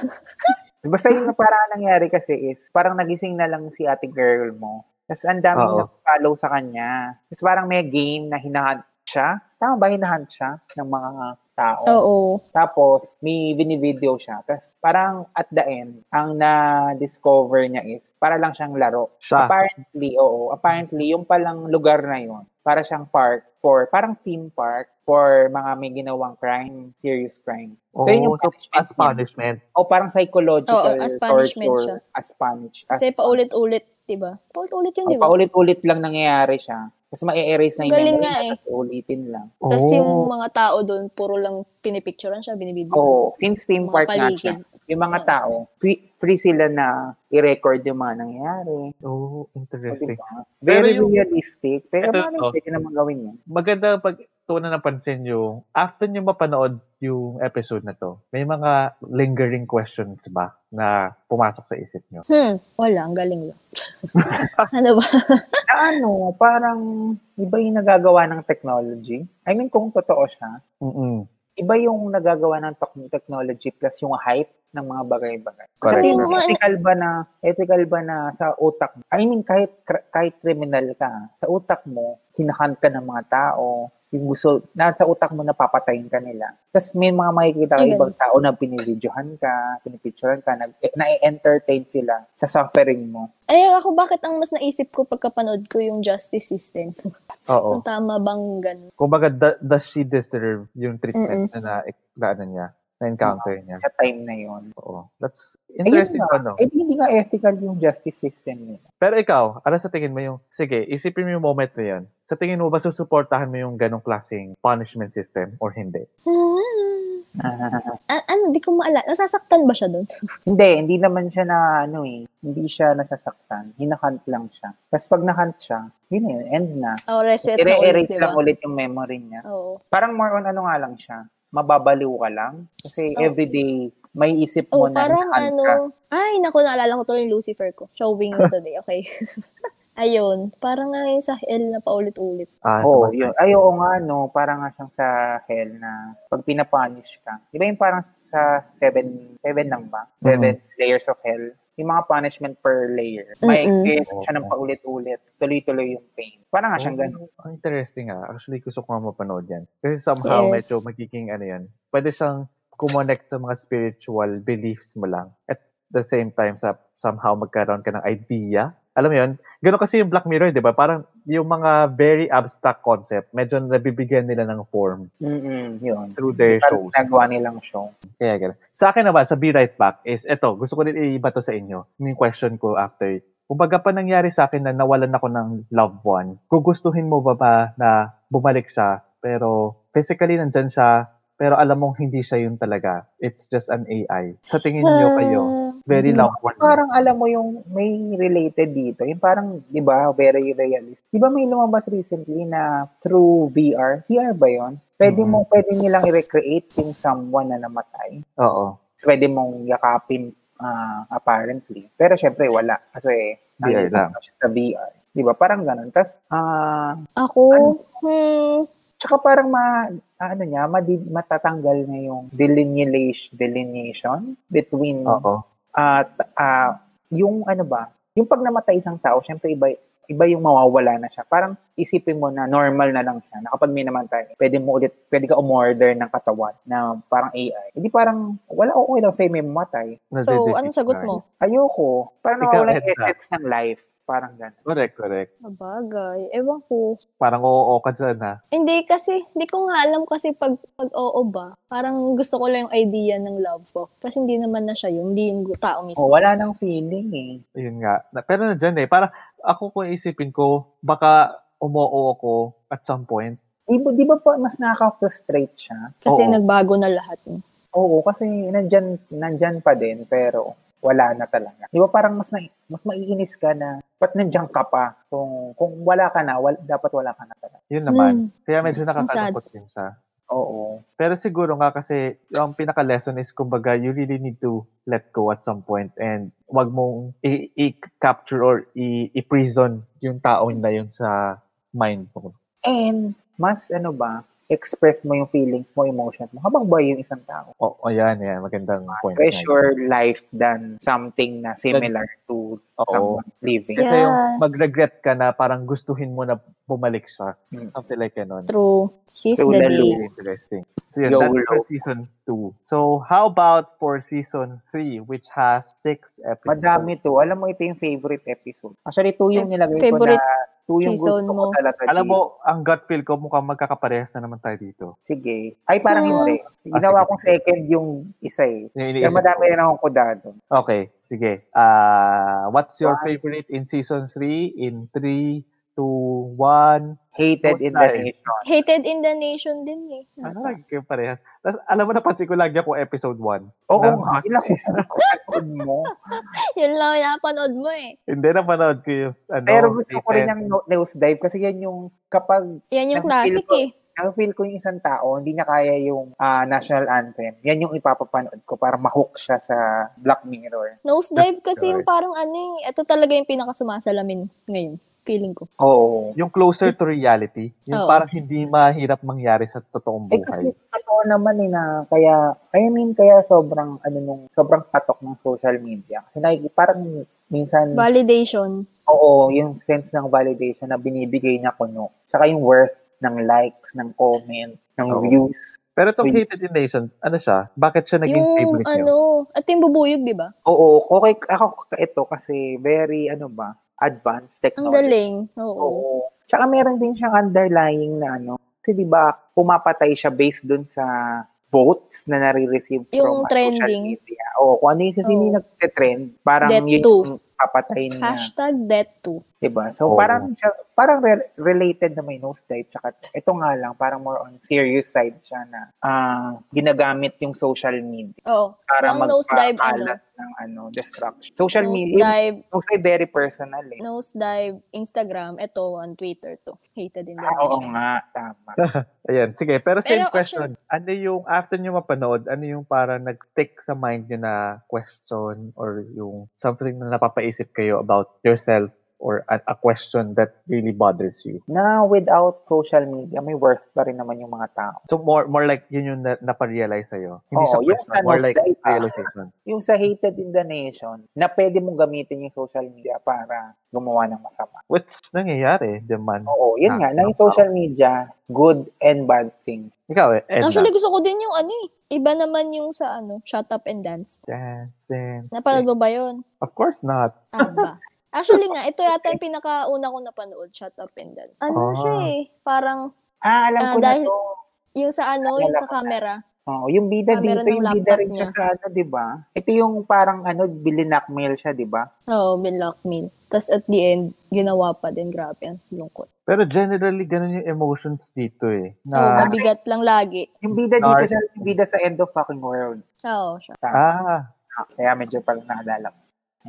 Speaker 1: Basta yun na parang nangyari kasi is, parang nagising na lang si ate girl mo. Tapos ang dami
Speaker 2: Oo.
Speaker 1: nag-follow sa kanya. Tapos parang may game na hinahunt siya. Tama ba hinahunt siya ng mga tao?
Speaker 3: Oo.
Speaker 1: Tapos may binivideo siya. Tapos parang at the end, ang na-discover niya is, para lang siyang laro.
Speaker 2: Siya.
Speaker 1: Apparently, oo. Apparently, yung palang lugar na yon para siyang park for, parang theme park for mga may ginawang crime, serious crime.
Speaker 2: Oo, Oh, so
Speaker 1: punishment
Speaker 2: as
Speaker 1: niya.
Speaker 2: punishment.
Speaker 1: O parang psychological
Speaker 3: Oo, as punishment
Speaker 1: torture.
Speaker 3: siya.
Speaker 1: As punishment. As,
Speaker 3: Kasi paulit-ulit, di ba? Paulit-ulit yun,
Speaker 1: oh,
Speaker 3: di ba?
Speaker 1: paulit-ulit lang nangyayari siya. Tapos ma-erase na yung
Speaker 3: Galing
Speaker 1: memory
Speaker 3: nga
Speaker 1: niya,
Speaker 3: eh.
Speaker 1: tapos ulitin lang.
Speaker 3: Tapos
Speaker 2: Oo.
Speaker 3: yung mga tao doon, puro lang pinipicturean siya, binibideo.
Speaker 1: Oo, since theme
Speaker 3: mga
Speaker 1: park nga siya,
Speaker 3: paligid.
Speaker 1: yung mga
Speaker 3: Oo.
Speaker 1: tao, free, free sila na i-record yung mga nangyayari.
Speaker 2: Oo,
Speaker 1: O,
Speaker 2: Oh, interesting.
Speaker 1: diba? Very
Speaker 2: Pero yung-
Speaker 1: realistic. Pero
Speaker 2: Ito,
Speaker 1: ano,
Speaker 2: oh.
Speaker 1: pwede naman gawin yun.
Speaker 2: maganda pag ito na napansin nyo, after nyo mapanood yung episode na to, may mga lingering questions ba na pumasok sa isip nyo?
Speaker 3: Hmm, wala, ang galing yun. ano ba?
Speaker 1: Na ano, parang iba yung nagagawa ng technology. I mean, kung totoo siya,
Speaker 2: Mm-mm.
Speaker 1: iba yung nagagawa ng tok- technology plus yung hype ng mga bagay-bagay.
Speaker 2: Correct.
Speaker 1: Sabihin mo,
Speaker 3: Correct.
Speaker 1: ethical ba na, ethical ba na sa utak mo? I mean, kahit, kr- kahit criminal ka, sa utak mo, hinahunt ka ng mga tao, yung gusto, nasa utak mo napapatayin ka nila. Tapos may mga makikita ka
Speaker 3: Ayun.
Speaker 1: ibang tao na binibidyohan ka, pinipicturean ka, nag, eh, na-entertain sila sa suffering mo.
Speaker 3: Eh, ako bakit ang mas naisip ko pagkapanood ko yung justice system?
Speaker 2: Oo.
Speaker 3: Kung tama bang ganun?
Speaker 2: Kung baga, da- does she deserve yung treatment
Speaker 3: Mm-mm.
Speaker 2: na na, na ano niya, na encounter niya?
Speaker 1: Sa time na yon.
Speaker 2: Oo. That's
Speaker 1: Ayun
Speaker 2: interesting pa,
Speaker 1: nga,
Speaker 2: no?
Speaker 1: eh, di- hindi nga ethical yung justice system eh. nila.
Speaker 2: Pero ikaw, ano sa tingin mo yung, sige, isipin mo yung moment na yun. Sa tingin mo ba susuportahan mo yung ganong klaseng punishment system or hindi?
Speaker 3: Hmm. A- ano, di ko maala. Nasasaktan ba siya doon?
Speaker 1: Hindi, hindi naman siya na ano eh, hindi siya nasasaktan. Hinahunt lang siya. Tapos pag nahunt siya, yun na yun, end na.
Speaker 3: o, reset na ulit, diba?
Speaker 1: I-erase
Speaker 3: di
Speaker 1: lang
Speaker 3: ba?
Speaker 1: ulit yung memory niya.
Speaker 3: Oo.
Speaker 1: Parang more on ano nga lang siya, mababaliw ka lang. Kasi
Speaker 3: Oh.
Speaker 1: everyday, may isip mo
Speaker 3: Oh,
Speaker 1: na
Speaker 3: parang
Speaker 1: hinahunt ka.
Speaker 3: ano, ay, naku, naalala ko to yung Lucifer ko. Showing me today, okay? Ayun, parang nga yung sa hell na paulit-ulit.
Speaker 2: Ah,
Speaker 1: Oo, Oh,
Speaker 2: sumasakit.
Speaker 1: yun. Ay, oo nga, no. Parang nga siyang sa hell na pag pinapunish ka. Di ba yung parang sa seven, seven lang ba?
Speaker 2: Mm-hmm.
Speaker 1: Seven layers of hell. Yung mga punishment per layer. May
Speaker 3: Mm-mm.
Speaker 1: experience siya ng paulit-ulit. Tuloy-tuloy yung pain. Parang nga siyang ganun.
Speaker 2: Oh, Ang interesting ah. Actually, gusto ko nga mapanood yan. Kasi somehow,
Speaker 3: Yes.
Speaker 2: medyo magiging ano yan. Pwede siyang kumonect sa mga spiritual beliefs mo lang. At the same time, sa somehow magkaroon ka ng idea. Alam mo yun? Ganun kasi yung Black Mirror, di ba? Parang yung mga very abstract concept, medyo nabibigyan nila ng form
Speaker 1: Mm-mm, yun.
Speaker 2: through their
Speaker 1: Parang
Speaker 2: shows.
Speaker 1: nagawa nilang show.
Speaker 2: Kaya ganun. Sa akin naman, sa Be Right Back is, eto, gusto ko din iiba to sa inyo. Yung question ko after. Kumbaga pa nangyari sa akin na nawalan ako ng loved one, gugustuhin mo ba ba na bumalik siya, pero physically nandyan siya, pero alam mong hindi siya yun talaga. It's just an AI. Sa tingin niyo kayo,
Speaker 3: Ah,
Speaker 2: very
Speaker 1: Hmm.
Speaker 2: loved one.
Speaker 1: Parang alam mo yung may related dito. Yung parang, di ba, very realist. Di ba may lumabas recently na through VR? VR ba yon? Pwede mo, pwede nilang i-recreate yung someone na namatay.
Speaker 2: Oo.
Speaker 1: So, pwede mong yakapin ah, apparently. Pero syempre, wala. Kasi, nandito
Speaker 2: VR lang.
Speaker 1: siya sa VR. Di ba? Parang ganun. Tapos, ah,
Speaker 3: Ako,
Speaker 1: Ano?
Speaker 3: hmm,
Speaker 1: tsaka parang ma, ano niya, madi- matatanggal na yung delineation, delineation between
Speaker 2: Oo.
Speaker 1: at ah, yung ano ba, yung pag namatay isang tao, syempre iba iba yung mawawala na siya. Parang isipin mo na normal na lang siya. Na kapag may namatay, pwede mo ulit, pwede ka umorder ng katawan na parang AI. Hindi parang, wala okay lang sa'yo may mamatay.
Speaker 3: so,
Speaker 2: Nade-defeat
Speaker 3: anong sagot
Speaker 2: na.
Speaker 3: mo?
Speaker 1: Ayoko. Parang
Speaker 2: Ikaw,
Speaker 1: nawawala yung
Speaker 2: Edna.
Speaker 1: essence ng life. Parang gano'n.
Speaker 2: Correct, correct.
Speaker 3: Sabagay, ewan ko.
Speaker 2: Parang oo ka dyan ah.
Speaker 3: Hindi kasi, hindi ko nga alam kasi pag, pag oo ba, parang gusto ko lang yung idea ng love ko. Kasi hindi naman na siya yun, hindi yung tao
Speaker 1: Oh,
Speaker 3: mismo.
Speaker 1: wala nang feeling eh.
Speaker 2: Ayun nga. Na- Pero nandiyan eh. Para ako kung isipin ko, baka umoo ako at some point.
Speaker 1: Di ba, di ba pa mas nakaka-frustrate siya?
Speaker 3: Kasi
Speaker 2: Oo.
Speaker 3: nagbago na lahat. eh.
Speaker 1: Oo, kasi nandyan, nandyan pa din, pero wala na talaga. Di ba parang mas, na, mas maiinis ka na, ba't nandyan ka pa? Kung, kung wala ka na, wal, dapat wala ka na talaga.
Speaker 2: Yun naman.
Speaker 3: Hmm.
Speaker 2: Kaya medyo
Speaker 3: Ang sad.
Speaker 2: nakakalungkot din siya.
Speaker 1: Oo.
Speaker 2: Pero siguro nga kasi ang pinaka-lesson is kumbaga you really need to let go at some point and wag mong i- i-capture or i- i-prison yung taon na yun sa mind mo.
Speaker 1: And, mas ano ba, express mo yung feelings mo, emotions mo, habang buhay yung isang tao.
Speaker 2: O, o yan, yan. Magandang point. na yun.
Speaker 1: Pressure life than something na similar to
Speaker 2: Oo.
Speaker 1: someone living.
Speaker 2: Kasi
Speaker 3: Yeah.
Speaker 2: yung mag-regret ka na parang gustuhin mo na bumalik siya.
Speaker 1: Mm.
Speaker 2: Something like ganun.
Speaker 3: True. Seize
Speaker 1: True,
Speaker 3: the
Speaker 1: lalo.
Speaker 3: day.
Speaker 2: Very interesting. So yun,
Speaker 1: Yolo.
Speaker 2: that's for season 2. So how about for season 3 which has 6 episodes?
Speaker 1: Madami to. Alam mo, ito yung favorite episode. Actually, two yung nilagay ko
Speaker 3: favorite
Speaker 1: na, two yung
Speaker 3: season
Speaker 1: gusto ko
Speaker 3: mo.
Speaker 1: talaga.
Speaker 2: Alam
Speaker 1: din.
Speaker 2: mo, ang gut feel ko mukhang magkakaparehas na naman tayo dito.
Speaker 1: Sige. Ay, parang
Speaker 3: Ah.
Speaker 1: hindi.
Speaker 2: Ah,
Speaker 1: Ginawa
Speaker 2: sige.
Speaker 1: kong second yung isa eh.
Speaker 2: Yung
Speaker 1: Kaya
Speaker 2: iniisip
Speaker 1: madami
Speaker 2: ko.
Speaker 1: rin akong kudado.
Speaker 2: Okay, sige. Ah, what's your
Speaker 1: One.
Speaker 2: favorite in season 3? In 3, 2, 1.
Speaker 1: Hated
Speaker 2: Most
Speaker 1: in the
Speaker 2: time.
Speaker 1: nation.
Speaker 3: Hated in the nation din eh.
Speaker 2: Ano lagi kayo parehas? Tapos alam mo, napansin ko lagi ako episode 1.
Speaker 1: Oo
Speaker 2: Ng
Speaker 1: nga.
Speaker 2: hot
Speaker 1: Ilang
Speaker 2: season.
Speaker 1: kung mo.
Speaker 3: Yun lang yung napanood mo eh.
Speaker 2: Hindi napanood ko yung ano,
Speaker 1: Pero gusto ko rin
Speaker 2: latest.
Speaker 1: ng no- nose dive kasi yan yung kapag
Speaker 3: Yan yung
Speaker 1: Nag-feel
Speaker 3: classic
Speaker 1: ko.
Speaker 3: eh.
Speaker 1: nakafeel ko yung isang tao, hindi na kaya yung ah, national anthem. Yan yung ipapapanood ko para mahook siya sa Black Mirror.
Speaker 3: Nosedive kasi yung
Speaker 2: right.
Speaker 3: parang ano eh. Ito talaga yung pinakasumasalamin ngayon. Feeling ko.
Speaker 1: Oo.
Speaker 2: Yung closer to reality. Yung
Speaker 3: Oo.
Speaker 2: parang hindi mahirap mangyari sa totoong
Speaker 1: Eh kasi
Speaker 2: buhay.
Speaker 1: totoo naman eh na kaya, I mean kaya sobrang ano nung, sobrang patok ng social media. Kasi nakiki- parang minsan,
Speaker 3: Validation.
Speaker 1: oo, yung sense ng validation na binibigay niya kuno. Saka yung worth ng likes, ng comment, ng
Speaker 2: Oo.
Speaker 1: views.
Speaker 2: Pero itong
Speaker 1: Wait.
Speaker 2: Hated in Nation, ano siya? Bakit siya naging
Speaker 3: Yung
Speaker 2: favorite niyo?
Speaker 3: ano. At yung bubuyog, di ba?
Speaker 1: Oo, okay, ako ito kasi very ano ba, advanced
Speaker 3: Ang
Speaker 1: technology.
Speaker 3: galing. Oo.
Speaker 1: Oo. Tsaka meron din siyang underlying na ano, kasi 'di ba pumapatay siya based dun sa votes na nare-receive
Speaker 3: Yung
Speaker 1: from ah, social
Speaker 3: trending.
Speaker 1: media. Oo, kung ano yung kasi
Speaker 3: Oo.
Speaker 1: nagte-trend, parang
Speaker 3: That
Speaker 1: yun
Speaker 3: too.
Speaker 1: yung papatay niya.
Speaker 3: Hashtag that too.
Speaker 1: 'di ba? Diba? So
Speaker 2: Oo.
Speaker 1: parang siya, parang re- related na may nose dive tsaka ito nga lang parang more on serious side siya na ah, ginagamit yung social media
Speaker 3: Oo.
Speaker 1: para
Speaker 3: Yung nose dive,
Speaker 1: magpakalat ng ano destruction. Social
Speaker 3: Nose
Speaker 1: media
Speaker 3: dive,
Speaker 1: yung nose dive very personal eh.
Speaker 3: nose dive, Instagram, ito on Twitter to. Hated in the
Speaker 1: Ah, oo
Speaker 3: nation.
Speaker 1: nga, tama.
Speaker 2: Ayan, sige. Pero same
Speaker 3: Pero
Speaker 2: question. ano yung, after nyo mapanood, ano yung parang nag-tick sa mind nyo na question or yung something na napapaisip kayo about yourself or a, a question that really bothers you?
Speaker 1: Na without social media, may worth pa rin naman yung mga tao.
Speaker 2: So more more like yun yung na, naparealize sa'yo. Hindi
Speaker 1: Oo,
Speaker 2: siya
Speaker 1: yung ah.
Speaker 2: question,
Speaker 1: sa
Speaker 2: more like
Speaker 1: nostalgia.
Speaker 2: realization.
Speaker 1: Yung sa hated in the nation, na pwede mong gamitin yung social media para gumawa ng masama.
Speaker 2: Which nangyayari naman.
Speaker 1: Oo, yun nga,
Speaker 2: Ah,
Speaker 1: na yung
Speaker 2: tama.
Speaker 1: social media, good and bad things.
Speaker 2: Ikaw eh, Edna.
Speaker 3: Actually, gusto ko din yung ano eh. Iba naman yung sa ano, Shut Up and Dance.
Speaker 2: Dance, dance,
Speaker 3: Napanood
Speaker 2: dance.
Speaker 3: mo ba yun?
Speaker 2: Of course not.
Speaker 3: Ah, ba? Actually nga, ito yata yung pinakauna ko napanood, Shut Up and Dance.
Speaker 2: Ah.
Speaker 3: Ano siya eh, parang
Speaker 1: Ah, alam
Speaker 3: Ah,
Speaker 1: ko
Speaker 3: dahil-
Speaker 1: na to.
Speaker 3: yung sa ano, yung sa camera.
Speaker 1: Oo, yung bida
Speaker 3: Ah,
Speaker 1: dito,
Speaker 3: meron ng
Speaker 1: yung bida
Speaker 3: laptop
Speaker 1: rin siya sa ano, di ba? Ito yung parang ano, bilinakmail siya, di ba?
Speaker 3: Oo, oh, binlockmail. Tapos at the end, ginawa pa din. Grabe, ang lungkot.
Speaker 2: Pero generally, ganun yung emotions dito eh.
Speaker 1: Ah.
Speaker 3: Oo, oh,
Speaker 2: Na,
Speaker 3: mabigat lang lagi.
Speaker 1: Yung bida dito
Speaker 2: Dark.
Speaker 1: siya, yung bida sa end of fucking world.
Speaker 3: Oo, siya.
Speaker 1: Tama.
Speaker 2: ah,
Speaker 1: Kaya medyo parang naalala ko.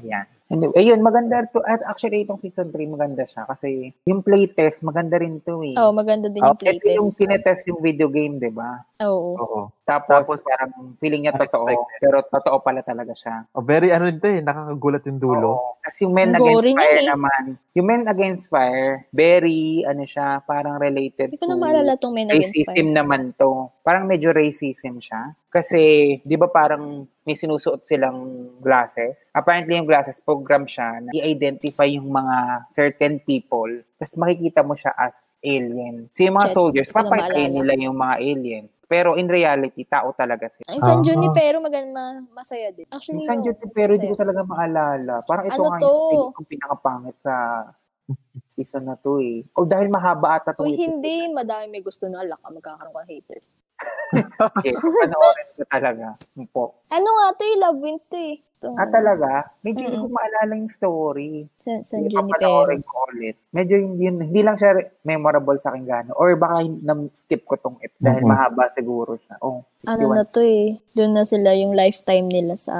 Speaker 1: Ayan. Anyway, ayun, maganda to. At actually, itong season 3, maganda siya. Kasi yung playtest, maganda rin to eh.
Speaker 3: Oo, oh, maganda din yung
Speaker 2: Oh,
Speaker 1: Ito yung
Speaker 3: playtest.
Speaker 1: tinetest yung video game, di ba?
Speaker 3: Oo.
Speaker 2: oo.
Speaker 1: Tapos,
Speaker 2: Tapos,
Speaker 1: parang feeling niya totoo,
Speaker 2: unexpected.
Speaker 1: pero totoo pala talaga siya.
Speaker 2: Oh, very ano rin to eh, nakakagulat yung dulo.
Speaker 1: Oo. Tapos yung Men
Speaker 3: Ang
Speaker 1: Against
Speaker 3: gory niyan
Speaker 1: Fire
Speaker 3: eh.
Speaker 1: naman, yung Men Against Fire, very, ano siya, parang related
Speaker 3: Hindi ko na maalala tong men against
Speaker 1: racism
Speaker 3: fire.
Speaker 1: naman to. Parang medyo racism siya. Kasi, di ba parang may sinusuot silang glasses? Apparently, yung glasses program siya na i-identify yung mga certain people. Tapos makikita mo siya as alien. So, yung mga
Speaker 3: Shit,
Speaker 1: soldiers,
Speaker 3: hindi ko na
Speaker 1: papakita
Speaker 3: maalala.
Speaker 1: nila yung mga alien. Pero in reality, tao talaga sila.
Speaker 3: Ang San
Speaker 2: Ah.
Speaker 3: Junipero, maganda, masaya din. Actually,
Speaker 1: Yung San
Speaker 3: yun.
Speaker 1: Jose, pero hindi
Speaker 3: Sa'yo.
Speaker 1: ko talaga maalala. Parang ito
Speaker 3: Ano
Speaker 1: nga
Speaker 3: to?
Speaker 1: yung tingin kong pinakapangit sa Isa na to eh. O dahil mahaba ata itong
Speaker 3: Kung hindi, madami may gusto na alak ka, magkakaroon ka ng haters.
Speaker 1: Okay. Panoorin ko talaga. Po.
Speaker 3: Ano nga to eh, love wins to eh. Ito,
Speaker 1: Ah, talaga? Medyo hindi ko
Speaker 3: Mm-mm.
Speaker 1: maalala yung story.
Speaker 3: Sa, San
Speaker 1: Hindi
Speaker 3: Junipero.
Speaker 1: papanoorin ko ulit. Medyo hindi, yun, hindi lang siya re- memorable sa akin gano'n. Or baka hin- na-skip ko tong ep dahil
Speaker 2: Mhm.
Speaker 1: mahaba siguro siya. Oh,
Speaker 3: Ano na to eh. Doon na sila yung lifetime nila sa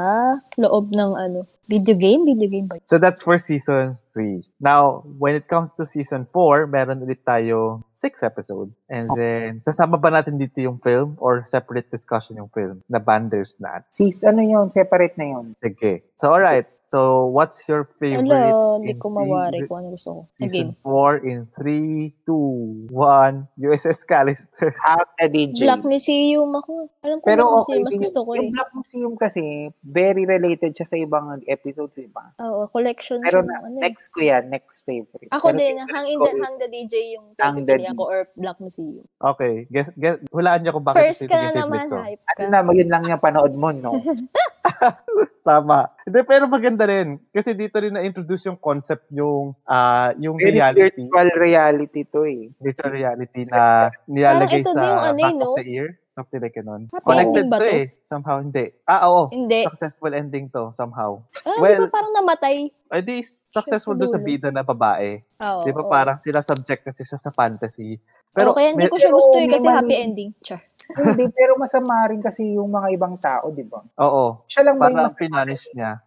Speaker 3: loob ng ano. Video game? Video game ba? yun?
Speaker 2: So that's for season 3. Now, when it comes to season 4, meron ulit tayo 6 episode. And
Speaker 3: Oh.
Speaker 2: then, sasama ba natin dito yung film or separate discussion yung film na Bandersnatch?
Speaker 1: Sis, ano yun? Separate na yun.
Speaker 2: Sige. So alright. So, what's your favorite
Speaker 3: Hello, hindi
Speaker 2: in
Speaker 3: ko
Speaker 2: se-
Speaker 3: mawari kung ano gusto ko. Sa
Speaker 2: Season
Speaker 3: game.
Speaker 2: 4 in 3, 2, 1, USS Callister.
Speaker 1: Out na DJ.
Speaker 3: Black Museum ako. Alam ko
Speaker 1: Pero
Speaker 3: Black
Speaker 1: okay.
Speaker 3: Museum, mas
Speaker 1: din yun.
Speaker 3: gusto ko eh.
Speaker 1: Yung Black Museum kasi, very related siya sa ibang episodes, iba.
Speaker 3: Oo, collection
Speaker 1: Pero na,
Speaker 3: siya ng ano eh.
Speaker 1: next ko yan, next favorite.
Speaker 3: Ako
Speaker 1: Pero
Speaker 3: din,
Speaker 1: favorite
Speaker 3: hang, in
Speaker 1: ko
Speaker 3: the,
Speaker 1: is-
Speaker 3: hang the DJ yung
Speaker 1: Hang the
Speaker 3: pinipili
Speaker 1: DJ.
Speaker 3: ako or Black Museum.
Speaker 2: Okay. Guess, guess, hulaan niyo kung bakit
Speaker 3: First
Speaker 2: ito
Speaker 3: ka
Speaker 2: yung favorite
Speaker 3: na naman,
Speaker 2: ko.
Speaker 3: hype
Speaker 1: Ano
Speaker 3: ka.
Speaker 1: na, yun lang yung panood mo, no?
Speaker 2: Tama. Hindi, pero maganda rin. Kasi dito rin na-introduce yung concept yung, ah yung
Speaker 1: Very
Speaker 2: reality.
Speaker 1: virtual reality to eh.
Speaker 2: Virtual reality na nilalagay
Speaker 3: Parang ito
Speaker 2: sa
Speaker 3: din yung ano eh,
Speaker 2: back
Speaker 3: no?
Speaker 2: of the ear. Something like ganun.
Speaker 3: Happy
Speaker 2: Connected
Speaker 3: ending ba
Speaker 2: to
Speaker 3: to?
Speaker 2: eh. Somehow, hindi. Ah, oo.
Speaker 3: Hindi.
Speaker 2: Successful ending to, somehow.
Speaker 3: Ah, di
Speaker 2: Well-
Speaker 3: ba parang namatay?
Speaker 2: Ay, di, successful do sa
Speaker 3: dulo.
Speaker 2: bida na babae.
Speaker 3: Oo.
Speaker 2: di ba
Speaker 3: oo.
Speaker 2: parang sila subject kasi siya sa fantasy.
Speaker 3: Pero, kaya hindi
Speaker 2: may-
Speaker 3: ko siya
Speaker 1: pero
Speaker 3: gusto eh, kasi
Speaker 1: may mali.
Speaker 3: happy ending. Char.
Speaker 1: Hindi, pero masama rin kasi yung mga ibang tao, di ba?
Speaker 2: Oo.
Speaker 1: Siya lang ba yung
Speaker 2: Parang
Speaker 1: mas...
Speaker 2: pinanish niya.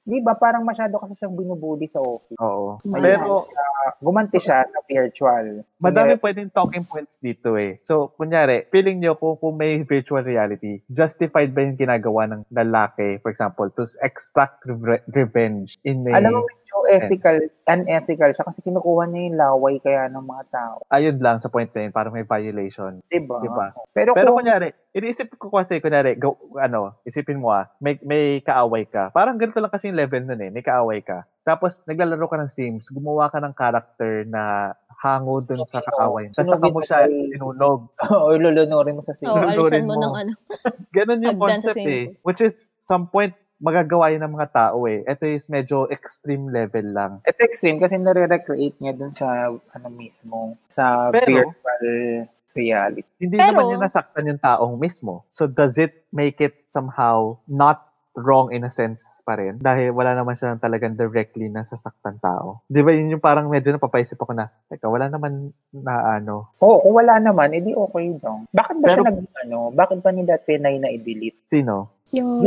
Speaker 1: Di ba? Parang masyado kasi siyang binubuli sa office. Ah,
Speaker 2: Oo.
Speaker 3: Ayan.
Speaker 2: Pero,
Speaker 1: Gumanti siya sa virtual.
Speaker 2: Madami pwedeng talking points dito eh. So, kunyari, feeling nyo kung, kung may virtual reality, justified ba yung ginagawa ng lalaki, for example, to extract re- revenge in a...
Speaker 1: Alam mo, medyo
Speaker 2: Eh.
Speaker 1: ethical, unethical siya kasi kinukuha niya yung laway kaya ng mga tao.
Speaker 2: Ayun lang sa point na yun, parang may violation.
Speaker 1: Di ba?
Speaker 2: Di ba?
Speaker 1: Pero,
Speaker 2: Pero
Speaker 1: kung,
Speaker 2: kunyari, iniisip ko kasi, kunyari, go, ano, isipin mo ah, may, may kaaway ka. Parang ganito lang kasi yung level nun eh, may kaaway ka. Tapos, naglalaro ka ng Sims, gumawa ka ng character na hango dun sa kaaway. Tapos, saka mo siya sinunog.
Speaker 1: o lulunurin mo sa
Speaker 3: Oo,
Speaker 1: sila.
Speaker 3: alisan
Speaker 2: Lulurin
Speaker 3: mo
Speaker 2: mo.
Speaker 3: ng ano.
Speaker 2: Ganun yung
Speaker 3: Agdan sa
Speaker 2: concept
Speaker 3: swimming
Speaker 2: eh. Which is, some point, magagawa yun ng mga tao eh. Ito is medyo extreme level lang.
Speaker 1: Ito extreme kasi nare-recreate niya dun sa ano mismo, sa
Speaker 2: Pero-
Speaker 1: virtual reality.
Speaker 2: Hindi
Speaker 3: Pero-
Speaker 2: naman yung nasaktan yung taong mismo. So, does it make it somehow not wrong in a sense pa rin? Dahil wala naman siya talagang directly nasasaktan tao. Di ba yun yung parang medyo napapaisip ako na, teka, wala naman na ano.
Speaker 1: Oo, kung wala naman, edi okay daw. Bakit ba
Speaker 2: Pero-
Speaker 1: siya nag, ano, bakit ba nila tinay na i-delete?
Speaker 2: Sino?
Speaker 3: Yung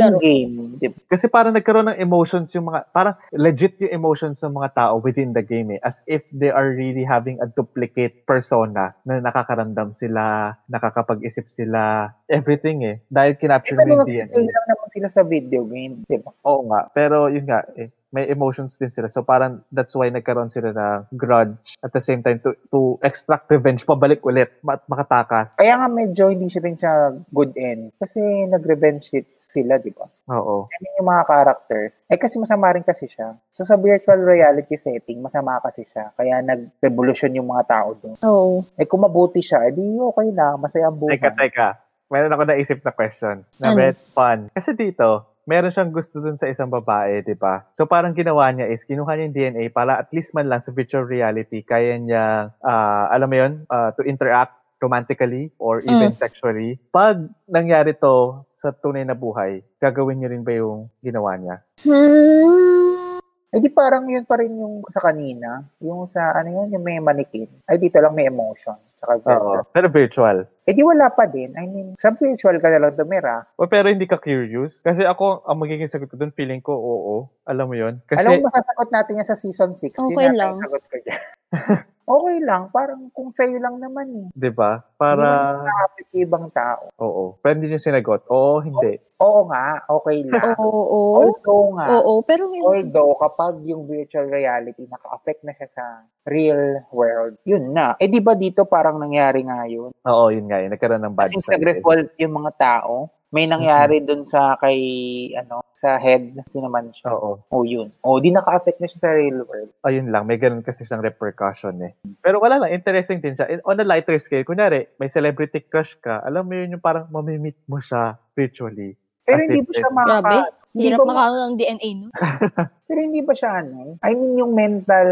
Speaker 1: Yung
Speaker 3: laro.
Speaker 1: game, di ba?
Speaker 2: Kasi parang nagkaroon ng emotions yung mga, parang legit yung emotions ng mga tao within the game eh. As if they are really having a duplicate persona na nakakaramdam sila, nakakapag-isip sila, everything eh. Dahil kinapture
Speaker 1: Pero
Speaker 2: mo yung
Speaker 1: nagsistay
Speaker 2: DNA.
Speaker 1: lang naman sila sa video game, di ba?
Speaker 2: Oo nga. Pero yun nga eh, may emotions din sila. So parang that's why nagkaroon sila ng grudge at the same time to, to extract revenge, pabalik ulit, ma- makatakas.
Speaker 1: Kaya nga medyo hindi siya rin siya good end kasi nag-revenge shit sila, di ba?
Speaker 2: Oo.
Speaker 1: Yan yung mga characters. Eh kasi masama rin kasi siya. So sa virtual reality setting, masama kasi siya. Kaya nag-revolution yung mga tao doon.
Speaker 3: Oo.
Speaker 1: Eh kung mabuti siya, edi okay na, masaya ang buhay.
Speaker 2: Teka, teka. Meron ako naisip na question na
Speaker 3: Ano?
Speaker 2: red fun. Kasi dito, meron siyang gusto dun sa isang babae, di ba? So parang ginawa niya is, kinuha niya yung DNA para at least man lang sa virtual reality, kaya niya, ah, alam mo yun, ah, to interact romantically or even
Speaker 1: Mm.
Speaker 2: sexually. Pag nangyari to sa tunay na buhay, gagawin niyo rin ba yung ginawa niya?
Speaker 3: Hmm.
Speaker 1: Eh di parang yun pa rin yung sa kanina. Yung sa, ano yun, yung may manikin. Ay dito lang may emotion. Tsaka virtual.
Speaker 2: Pero virtual.
Speaker 1: Eh di wala pa din. I mean, sa virtual ka na lang tumira.
Speaker 2: O pero hindi ka curious? Kasi ako, ang magiging sagot ko dun, feeling ko, oo. Alam mo yun? Kasi,
Speaker 1: Alam mo, masasagot natin yan sa season 6.
Speaker 3: Okay lang.
Speaker 1: Sagot ko dyan. okay lang. Parang kung sa'yo lang naman eh.
Speaker 2: di ba? Para,
Speaker 1: Nakapit ibang tao.
Speaker 2: oo. Pero hindi niyo sinagot. Oo, hindi.
Speaker 1: Oo nga, okay lang.
Speaker 3: Oo. Oo.
Speaker 1: Although nga,
Speaker 3: Oo. Pero may...
Speaker 1: although kapag yung virtual reality naka-affect na siya sa real world, yun na. Eh di ba dito parang nangyari nga yun?
Speaker 2: Oo, yun nga. Yun, nagkaroon ng bad
Speaker 1: Since
Speaker 2: side. eh. Mm-hmm.
Speaker 1: nag-revolt yung mga tao, may nangyari dun sa kay, ano, sa head, sino man siya.
Speaker 2: Oo.
Speaker 1: O yun. O di naka-affect na siya sa real world.
Speaker 2: Ayun lang. May ganun kasi siyang repercussion eh. Pero wala lang. Interesting din siya. In- on a lighter scale, kunyari, may celebrity crush ka. Alam mo yun yung parang mamimit mo siya virtually.
Speaker 1: Pero
Speaker 2: As
Speaker 1: hindi
Speaker 2: if
Speaker 1: ba siya
Speaker 2: it-
Speaker 1: maka...
Speaker 3: Grabe.
Speaker 1: Hindi
Speaker 3: Hirap
Speaker 1: ba ma-
Speaker 3: makaano ng DNA, no?
Speaker 1: eh? Pero hindi ba siya ano? I mean, yung mental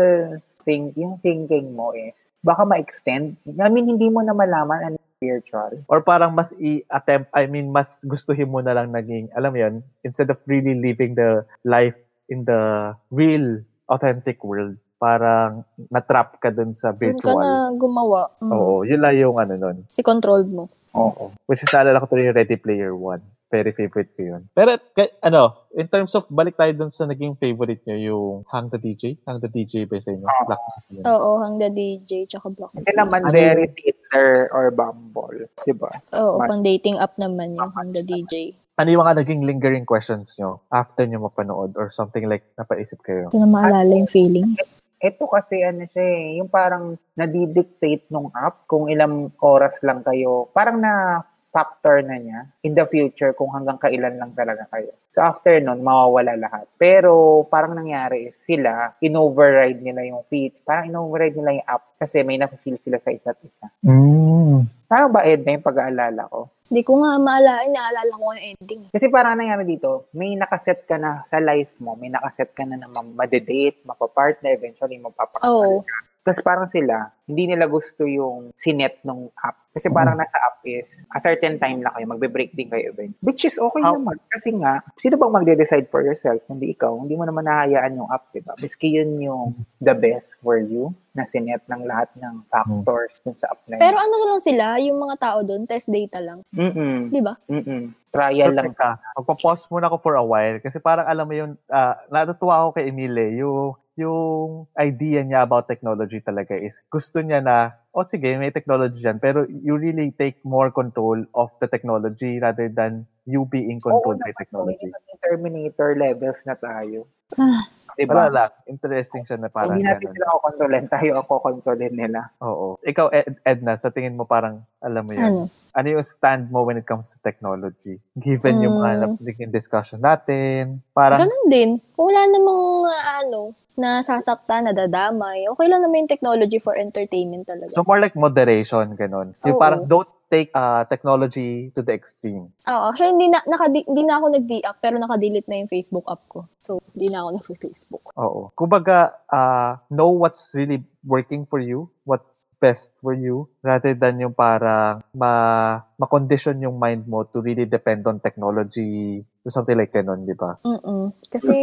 Speaker 1: think, yung thinking mo is, baka ma-extend. I mean, hindi mo na malaman ano yung spiritual.
Speaker 2: Or parang mas i-attempt, I mean, mas gustuhin mo na lang naging, alam mo yun, instead of really living the life in the real, authentic world, parang natrap ka dun sa
Speaker 3: Huwag ka
Speaker 2: virtual.
Speaker 3: na gumawa. Mm.
Speaker 2: Oo, yun lang yung ano nun.
Speaker 3: Si controlled mo.
Speaker 1: Oo.
Speaker 2: Which is naalala ko tuloy yung Ready Player One. Very favorite ko yun. Pero, kay, ano, in terms of, balik tayo dun sa naging favorite nyo, yung Hang the DJ. Hang the DJ ba sa inyo?
Speaker 1: Oo.
Speaker 2: Black Hang yun.
Speaker 3: Oo, hang the DJ tsaka block.
Speaker 1: Hindi naman
Speaker 2: Ano
Speaker 1: very Tinder or Bumble. Diba?
Speaker 3: Oo,
Speaker 1: Mar-
Speaker 3: pang dating app naman yung hang the DJ.
Speaker 2: Ano yung mga naging lingering questions nyo after nyo mapanood or something like napaisip kayo?
Speaker 3: Hindi na maalala yung feeling.
Speaker 1: Ito kasi ano siya eh, yung parang nadidictate nung app kung ilang oras lang kayo. Parang na factor na niya in the future kung hanggang kailan lang talaga kayo. So after nun, mawawala lahat. Pero parang nangyari is sila, in-override nila yung feed. Parang in-override nila yung app kasi may nafe-feel sila sa isa't isa.
Speaker 2: Mm.
Speaker 1: Parang ba Ed na yung pag-aalala ko?
Speaker 3: Hindi ko nga maalala, naalala ko yung ending.
Speaker 1: Kasi parang nangyari dito, may nakaset ka na sa life mo, may nakaset ka na na ma- madedate, mapapartner, eventually mapapakasal.
Speaker 3: Oo.
Speaker 1: Tapos parang sila, hindi nila gusto yung sinet ng app. Kasi
Speaker 2: Mm.
Speaker 1: parang nasa app is, a certain time lang kayo, magbe-break din kayo event. Which is okay
Speaker 2: How-
Speaker 1: naman. Kasi nga, sino bang magde-decide for yourself? Hindi ikaw. Hindi mo naman nahayaan yung app, diba? Miski yun yung the best for you na sinet ng lahat ng factors dun sa app na yun.
Speaker 3: Pero ano lang sila, yung mga tao doon, test data lang.
Speaker 1: mm-mm,
Speaker 3: Di ba?
Speaker 1: mm-mm. Trial
Speaker 2: so,
Speaker 1: lang.
Speaker 2: teka, magpa-pause muna ako for a while kasi parang alam mo yung, ah, natutuwa ako kay Emile, yung, yung idea niya about technology talaga is gusto niya na, oh sige, may technology dyan, pero you really take more control of the technology rather than you being controlled by
Speaker 1: naman,
Speaker 2: technology.
Speaker 1: hindi naman Terminator levels na tayo.
Speaker 3: Ah.
Speaker 1: Diba?
Speaker 2: Wala lang. Interesting siya na parang
Speaker 1: hindi natin
Speaker 2: ganun.
Speaker 1: sila kukontrolin. Tayo ako kontrolin nila.
Speaker 2: Oo. Ikaw, Ed- Edna, sa tingin mo parang, alam mo yun,
Speaker 3: Ano?
Speaker 2: ano yung stand mo when it comes to technology? Given yung mga
Speaker 3: Mm.
Speaker 2: nap- naging discussion natin, parang,
Speaker 3: Ganun din. Kung wala namang ah, ano, nasasaktan, nadadamay, okay lang naman yung technology for entertainment talaga.
Speaker 2: so more like moderation, ganun. Yung
Speaker 3: Oo.
Speaker 2: parang don't take uh, technology to the extreme.
Speaker 3: Oo, actually, hindi na, naka, hindi na ako nag-deact, pero nakadelete na yung Facebook app ko. So, hindi na ako nag-Facebook.
Speaker 2: Oo. Kumbaga, uh, know what's really working for you, what's best for you, rather than yung parang ma- ma-condition yung mind mo to really depend on technology, or something like ganun, di ba?
Speaker 3: Mm-mm. Kasi,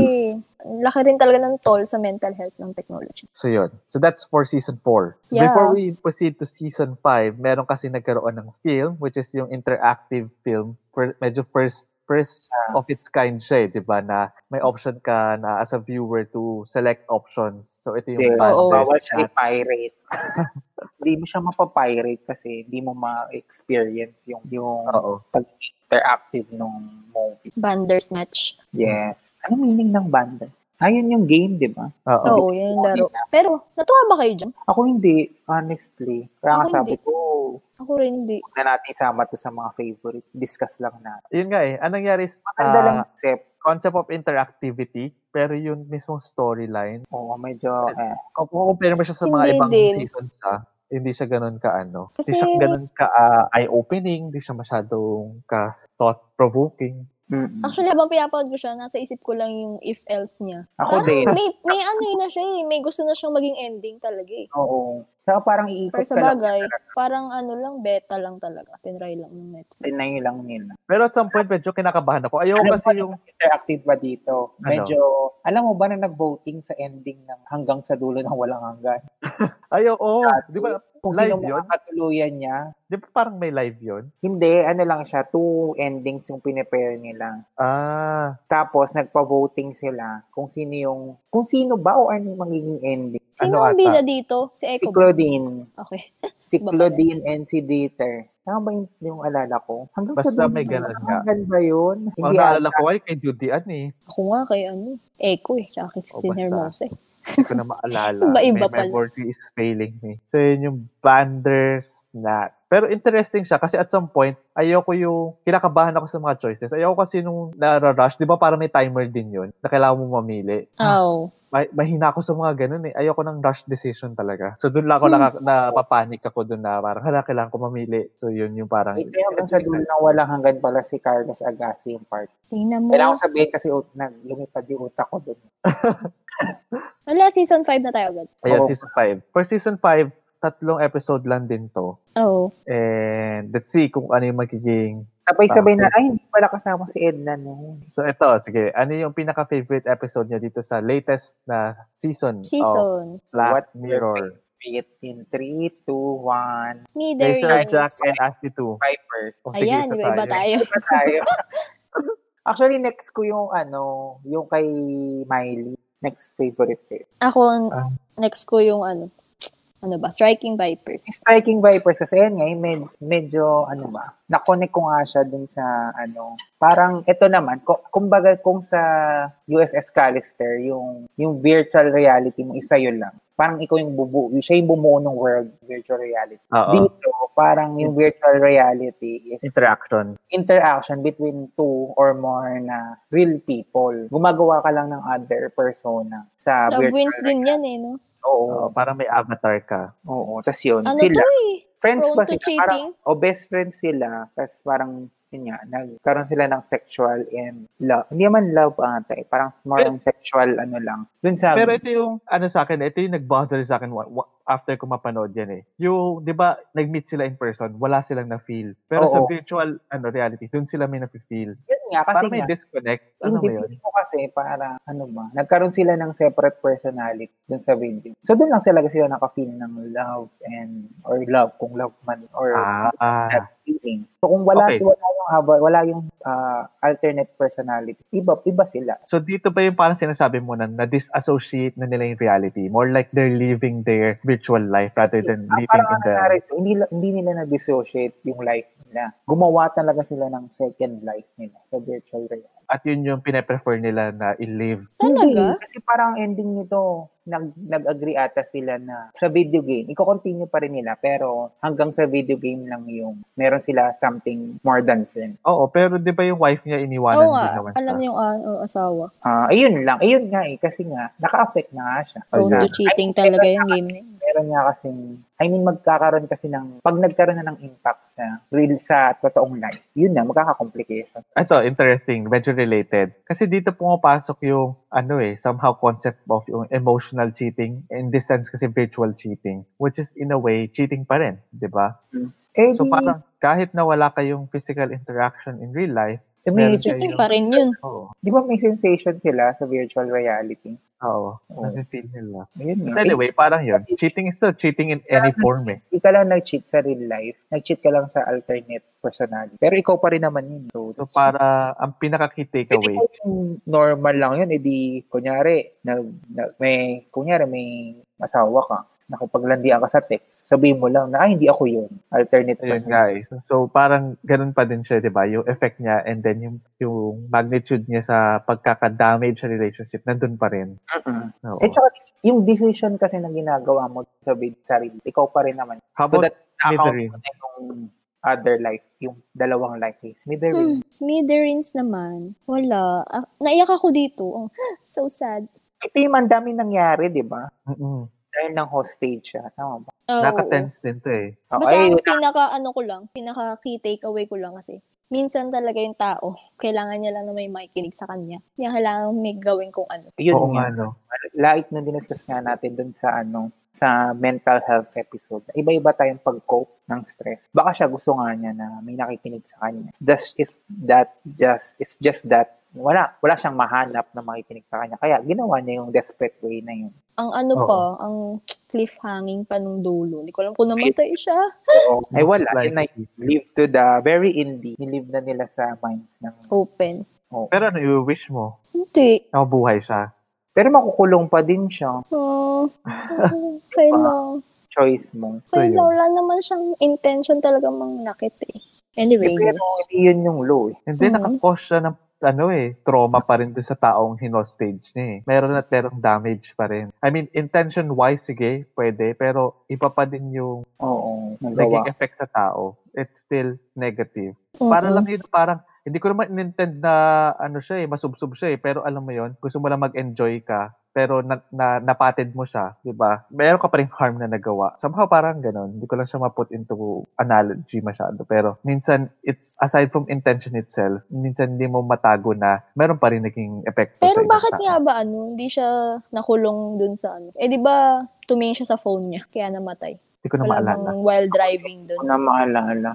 Speaker 3: laki rin talaga ng toll sa mental health ng technology.
Speaker 2: So yun. So that's for season 4. So
Speaker 3: Yeah.
Speaker 2: before we proceed to season 5, meron kasi nagkaroon ng film which is yung interactive film. For, medyo first first of its kind siya eh, di ba? Na may option ka na as a viewer to select options. So ito
Speaker 1: Yes.
Speaker 2: yung fan
Speaker 3: Oo.
Speaker 2: version
Speaker 1: Bawal siya
Speaker 2: at-
Speaker 1: i-pirate. Hindi mo siya mapapirate kasi hindi mo ma-experience yung, yung
Speaker 2: Oo.
Speaker 1: interactive nung movie.
Speaker 3: Bandersnatch.
Speaker 1: Yes. Ano meaning ng banda? Ayun yung game, di ba?
Speaker 2: Oo.
Speaker 3: Oo, yun yung laro. Pero, natuwa ba kayo dyan?
Speaker 1: Ako hindi, honestly. Kaya nga
Speaker 3: Ako
Speaker 1: sabi
Speaker 3: hindi.
Speaker 1: ko,
Speaker 3: Ako rin hindi.
Speaker 1: huwag na natin isama to sa mga favorite. Discuss lang natin.
Speaker 2: Yun nga eh. Anong nangyari is
Speaker 1: Maganda lang
Speaker 2: ah,
Speaker 1: except,
Speaker 2: concept of interactivity pero yung mismong storyline.
Speaker 1: oo, medyo, eh,
Speaker 2: Kung compare mo siya sa mga
Speaker 3: Hindi
Speaker 2: ibang
Speaker 3: din.
Speaker 2: seasons ah, hindi siya ganun ka ano.
Speaker 3: Kasi-
Speaker 2: hindi siya ganun ka ah, eye-opening, hindi siya masyadong ka thought-provoking.
Speaker 1: mm-mm.
Speaker 3: Actually, habang pinapanood ko siya, nasa isip ko lang yung if-else niya.
Speaker 1: Ako
Speaker 3: Parang
Speaker 1: din.
Speaker 3: May, may ano yun na siya eh. May gusto na siyang maging ending talaga eh.
Speaker 1: Oo. Saka parang iikot
Speaker 3: Pero
Speaker 1: ka
Speaker 3: sa
Speaker 1: lang.
Speaker 3: bagay, parang ano lang, beta lang talaga. Tinry lang yung net.
Speaker 1: Tinayo lang nila.
Speaker 2: Pero at some point, medyo kinakabahan ako. Ayoko
Speaker 1: Alam
Speaker 2: kasi
Speaker 1: mo,
Speaker 2: yung...
Speaker 1: mas interactive ba dito?
Speaker 2: Ano?
Speaker 1: Medyo, alam mo ba na nag-voting sa ending ng hanggang sa dulo ng walang hanggan?
Speaker 2: Ayoko. Oh, di ba?
Speaker 1: Kung
Speaker 2: Live
Speaker 1: sino mo
Speaker 2: yun?
Speaker 1: kakatuluyan niya?
Speaker 2: Di ba parang may live yun?
Speaker 1: Hindi, ano lang siya, two endings yung pinipare nila.
Speaker 2: Ah.
Speaker 1: Tapos, nagpa-voting sila kung sino yung, kung sino ba o ano yung magiging ending.
Speaker 3: Sino
Speaker 2: Ano
Speaker 3: ang
Speaker 2: ata?
Speaker 3: bida dito? Si
Speaker 1: Si
Speaker 3: Echo Eh, ba?
Speaker 1: Claudine.
Speaker 3: Okay.
Speaker 1: Si
Speaker 3: Baka-
Speaker 1: Claudine and si Dieter. Tama ba yung, yung alala ko? Hanggang
Speaker 2: Basta
Speaker 1: sa dulo
Speaker 2: may
Speaker 1: ng
Speaker 2: ganun
Speaker 1: walang
Speaker 2: nga.
Speaker 1: hanggan ba yun?
Speaker 2: Ang
Speaker 1: Hindi
Speaker 2: naalala
Speaker 1: ata.
Speaker 2: ko ay kay Judy Ann eh.
Speaker 3: Ako nga kay ano. Echo eh. Tsaka kay
Speaker 2: O,
Speaker 3: si
Speaker 2: basta.
Speaker 3: Hermosa eh.
Speaker 2: Hindi ko na maalala.
Speaker 3: Iba-iba
Speaker 2: my
Speaker 3: pala.
Speaker 2: memory is failing me. So yun yung Bandersnatch. Pero interesting siya kasi at some point, ayoko yung, kinakabahan ako sa mga choices. Ayoko kasi nung nararush, di ba parang may timer din yun na kailangan mo mamili.
Speaker 3: Oh.
Speaker 2: Ma- mahina ako sa mga ganun eh. Ayoko ng rush decision talaga. So doon lang
Speaker 3: Hmm.
Speaker 2: ako naka, napapanik ako doon na parang, hala, kailangan ko mamili. So yun yung parang,
Speaker 1: Hindi Eh, hanggang sa dulo ng walang hanggan pala si Carlos Agassi yung part.
Speaker 3: Tingnan mo.
Speaker 1: Kailangan ko sabihin kasi ut- na, lumipad yung utak ko dun.
Speaker 3: Wala, season 5 na tayo agad.
Speaker 2: ayun,
Speaker 1: Oo.
Speaker 2: season 5. For season 5, tatlong episode lang din to.
Speaker 3: Oh.
Speaker 2: And let's see kung ano yung magiging
Speaker 1: Sabay-sabay na,
Speaker 2: Bakit?
Speaker 1: ay, hindi pala kasama si Edna no.
Speaker 2: So ito, sige, ano yung pinaka-favorite episode niya dito sa latest na season, of
Speaker 3: Season.
Speaker 2: Black
Speaker 1: What
Speaker 2: Mirror?
Speaker 1: Wait, in 3, 2, 1,
Speaker 3: Me, there
Speaker 2: Razor
Speaker 3: is.
Speaker 2: Jack and Ashley 2.
Speaker 1: Piper.
Speaker 3: Ayan, iba-iba Oh, tayo.
Speaker 1: Iba tayo. Actually, next ko yung ano, yung kay Miley. Next favorite ko. yun.
Speaker 3: Ako, ang-
Speaker 2: Ah.
Speaker 3: next ko yung ano, ano ba, Striking Vipers.
Speaker 1: Striking Vipers kasi yan ngayon, med- medyo ano ba, nakonek ko nga siya dun sa ano, parang ito naman, ku- kumbaga kung sa USS Callister, yung, yung virtual reality mo, isa yun lang. Parang ikaw yung bubu, siya yung bumuo ng world virtual reality.
Speaker 2: Oo,
Speaker 1: Dito, parang yung virtual reality is
Speaker 2: interaction.
Speaker 1: interaction between two or more na real people. Gumagawa ka lang ng other persona sa
Speaker 3: Love
Speaker 1: virtual.
Speaker 3: wins din yan eh, no?
Speaker 1: Oo,
Speaker 2: Oo, parang may avatar ka.
Speaker 1: oo. Tapos yun,
Speaker 3: Ano
Speaker 1: Hmm, sila.
Speaker 3: to eh?
Speaker 1: Friends
Speaker 3: prone
Speaker 1: ba
Speaker 3: to
Speaker 1: sila?
Speaker 3: cheating?
Speaker 1: Parang, o best friends sila. Tapos parang, yun nga, nagkaroon sila ng sexual and love. Hindi naman love ata eh. Parang more
Speaker 2: Pero-
Speaker 1: on sexual ano lang. Dun sa,
Speaker 2: Pero ito yung, ano sa akin, ito yung nag-bother sa akin wa- wa- after ko mapanood yan eh. Yung, di ba, nag-meet sila in person, wala silang na-feel. Pero sa
Speaker 1: Oo.
Speaker 2: virtual ano reality, dun sila may na-feel.
Speaker 1: yun nga, kasi
Speaker 2: Parang may
Speaker 1: nga,
Speaker 2: disconnect. Ano
Speaker 1: hindi
Speaker 2: ba yun?
Speaker 1: ko kasi para ano ba, nagkaroon sila ng separate personality dun sa video. So dun lang sila kasi sila naka-feel ng love and or love kung love man or
Speaker 2: Ah, ah.
Speaker 1: that feeling. So kung wala si
Speaker 2: Okay.
Speaker 1: wala yung haba, wala yung ah, alternate personality, iba iba sila.
Speaker 2: So dito ba yung parang sinasabi mo na na-disassociate na nila yung reality? More like they're living their virtual life rather than
Speaker 1: Ah,
Speaker 2: living
Speaker 1: parang
Speaker 2: in
Speaker 1: ano
Speaker 2: the...
Speaker 1: nangyari, hindi, la- hindi nila na-dissociate yung life nila. Gumawa talaga sila ng second life nila sa virtual reality.
Speaker 2: At yun yung pine-prefer nila na i-live.
Speaker 3: Talaga?
Speaker 1: Hindi, kasi parang ending nito, nag, nag-agree ata sila na sa video game, i-continue pa rin nila, pero hanggang sa video game lang yung meron sila something more than friend.
Speaker 2: Oo, pero di ba yung wife niya iniwanan din
Speaker 3: Oo nga,
Speaker 2: naman
Speaker 3: alam
Speaker 2: siya?
Speaker 3: niyo yung ah, oh, asawa.
Speaker 1: Ah, ayun lang. Ayun nga eh, kasi nga, naka-affect na nga siya.
Speaker 3: Prone
Speaker 2: Wala.
Speaker 3: to cheating talaga yung game na yun.
Speaker 1: meron nga kasi I mean magkakaroon kasi ng pag nagkaroon na ng impact sa real sa totoong life yun na magkaka-complication
Speaker 2: Ito, interesting, medyo related. Kasi dito pumapasok yung, ano eh, somehow concept of yung emotional cheating. In this sense, kasi virtual cheating. Which is, in a way, cheating pa rin, di ba?
Speaker 1: eh
Speaker 2: So
Speaker 3: Mm-hmm.
Speaker 1: di,
Speaker 2: parang, kahit na wala kayong physical interaction in real life,
Speaker 1: may,
Speaker 2: meron siya
Speaker 3: Cheating
Speaker 2: yung-
Speaker 3: pa rin yun.
Speaker 2: oo,
Speaker 1: di ba may sensation sila sa virtual reality
Speaker 2: oo,
Speaker 1: Oo.
Speaker 2: nafe-feel nila.
Speaker 1: ayun
Speaker 2: But
Speaker 1: nga Eh,
Speaker 2: anyway, parang yun. Cheating is still cheating in any form eh.
Speaker 1: hindi ka lang nag-cheat sa real life nag-cheat ka lang sa alternate personality pero ikaw pa rin naman yun so,
Speaker 2: So para ang pinaka-key takeaway,
Speaker 1: Hindi kung normal lang yun, edi kunyari, na, na, may, kunyari may asawa ka, nakipaglandian ka sa text, sabihin mo lang na, ay, hindi ako yun. Alternate
Speaker 2: ayun
Speaker 1: personality.
Speaker 2: guys. So parang ganun pa din siya, di ba? Yung effect niya and then yung, yung magnitude niya sa pagkakadamage sa relationship, nandun pa rin.
Speaker 1: Mm-mm.
Speaker 2: Oo.
Speaker 1: Eh, tsaka, yung decision kasi na ginagawa mo sa big sarili, ikaw pa rin naman.
Speaker 2: How
Speaker 1: So
Speaker 2: about
Speaker 1: that account mo
Speaker 2: smithereens?
Speaker 1: na yung other life, yung dalawang life ni Smithereens.
Speaker 3: Hmm, smithereens naman. Wala. Ah, naiyak ako dito. Oh, so sad.
Speaker 1: Ito yung ang dami nangyari, di ba?
Speaker 2: Mm-mm.
Speaker 1: Dahil ng hostage siya. Tama ba?
Speaker 3: Oh, oo.
Speaker 2: Nakatense din to eh.
Speaker 1: Oh,
Speaker 3: Basta
Speaker 1: ay,
Speaker 3: ang
Speaker 1: yun.
Speaker 3: pinaka ano ko lang, pinaka key takeaway ko lang kasi minsan talaga yung tao, kailangan niya lang na may makikinig sa kanya. Niya kailangan may gawin kung ano.
Speaker 1: yun
Speaker 2: Oo
Speaker 1: nga.
Speaker 2: nga, no?
Speaker 1: Like na diniscuss nga natin dun sa ano, sa mental health episode. Iba-iba tayong pag-cope ng stress. Baka siya gusto nga niya na may nakikinig sa kanya. That's is that just it's just that wala wala siyang mahanap na makikinig sa kanya. Kaya ginawa niya yung desperate way na yun.
Speaker 3: Ang ano
Speaker 2: Oo.
Speaker 3: pa, ang cliffhanging pa nung dulo. Hindi ko alam kung namatay siya.
Speaker 1: Oo. Ay wala.
Speaker 2: Like-
Speaker 1: Yun na yun. Live to the very indie. Nilive na nila sa minds ng...
Speaker 3: Open.
Speaker 1: oo.
Speaker 2: Pero ano, i-wish mo?
Speaker 3: Hindi.
Speaker 2: Nakabuhay siya.
Speaker 1: Pero makukulong pa din siya.
Speaker 3: Oh, kailang.
Speaker 1: Choice mo.
Speaker 2: So,
Speaker 3: Kailang.
Speaker 2: yun.
Speaker 3: Wala naman siyang intention talaga mangnakit eh. Anyway.
Speaker 1: Pero hindi yun yung low. eh.
Speaker 2: And then,
Speaker 3: Mhm.
Speaker 2: naka-cause siya ng ano eh, trauma pa rin dun sa taong hinostage niya eh. Meron at merong damage pa rin. I mean, intention-wise, sige, pwede, pero iba pa din yung
Speaker 1: Oo, nagawa.
Speaker 2: naging effect sa tao. It's still negative. Para lang yun, parang, hindi ko naman inintend na, ano siya eh, masubsob siya eh, pero alam mo yon gusto mo lang mag-enjoy ka, pero na, na, napatid mo siya, di ba? Meron ka pa rin harm na nagawa. Somehow parang ganun. Hindi ko lang siya ma-put into analogy masyado. Pero minsan, it's aside from intention itself, minsan hindi mo matago na meron pa rin naging epekto
Speaker 3: Pero
Speaker 2: sa ibang
Speaker 3: bakit
Speaker 2: tao.
Speaker 3: nga ba ano, hindi siya nakulong dun sa ano? Eh di ba tumingin siya sa phone niya kaya namatay.
Speaker 2: Hindi ko na
Speaker 3: Wala
Speaker 2: maalala.
Speaker 3: bang while driving dun.
Speaker 1: Hindi
Speaker 3: Ah,
Speaker 1: ko na maalala.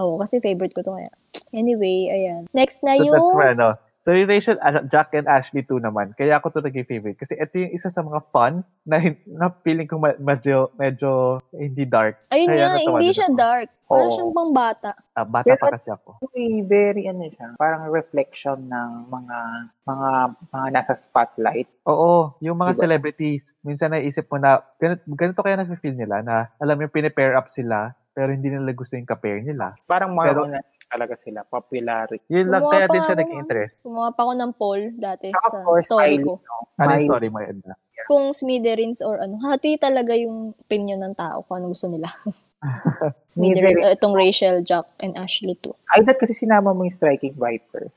Speaker 3: Oo, kasi favorite ko to kaya. Anyway, ayan. Next na
Speaker 2: So
Speaker 3: yung...
Speaker 2: that's where, ano, so yung Rachel, ano, Jack and Ashley 2 naman, kaya ako to naging favorite. Kasi ito yung isa sa mga fun na, hin- na feeling ko ma- medyo, medyo hindi dark.
Speaker 3: Ayun
Speaker 2: Ayan,
Speaker 3: nga,
Speaker 2: natawa
Speaker 3: hindi
Speaker 2: din
Speaker 3: siya
Speaker 2: ako.
Speaker 3: dark. Parang
Speaker 1: Oo.
Speaker 3: siyang pangbata.
Speaker 2: Ah, bata
Speaker 1: Pero-
Speaker 2: pa kasi ako.
Speaker 1: Uy, very ano siya, parang reflection ng mga mga mga nasa spotlight.
Speaker 2: Oo, yung mga
Speaker 1: Diba?
Speaker 2: celebrities, minsan naisip mo na, ganito, ganito kaya na-feel nila na, alam mo yung pinipair up sila, pero hindi nila gusto yung ka-pair nila.
Speaker 1: Parang mga
Speaker 2: Pero-
Speaker 1: una talaga sila, popularity.
Speaker 2: Yun lang,
Speaker 3: Gumawa
Speaker 2: kaya
Speaker 3: pa
Speaker 2: din siya
Speaker 3: ako
Speaker 2: naging
Speaker 3: ng-
Speaker 2: interest.
Speaker 3: Gumawa pa ako ng poll dati
Speaker 1: Saka,
Speaker 3: sa
Speaker 1: of course,
Speaker 3: story
Speaker 1: Miley,
Speaker 3: ko.
Speaker 1: no?
Speaker 2: Ano yung
Speaker 1: Miley.
Speaker 2: story mo, Edna?
Speaker 3: Kung smithereens or ano. Hati talaga yung opinion ng tao kung ano gusto nila. smithereens.
Speaker 1: Smithereens.
Speaker 3: o itong Rachel, Jack, and Ashley too.
Speaker 1: Ay, that kasi sinama mo yung Striking Vipers.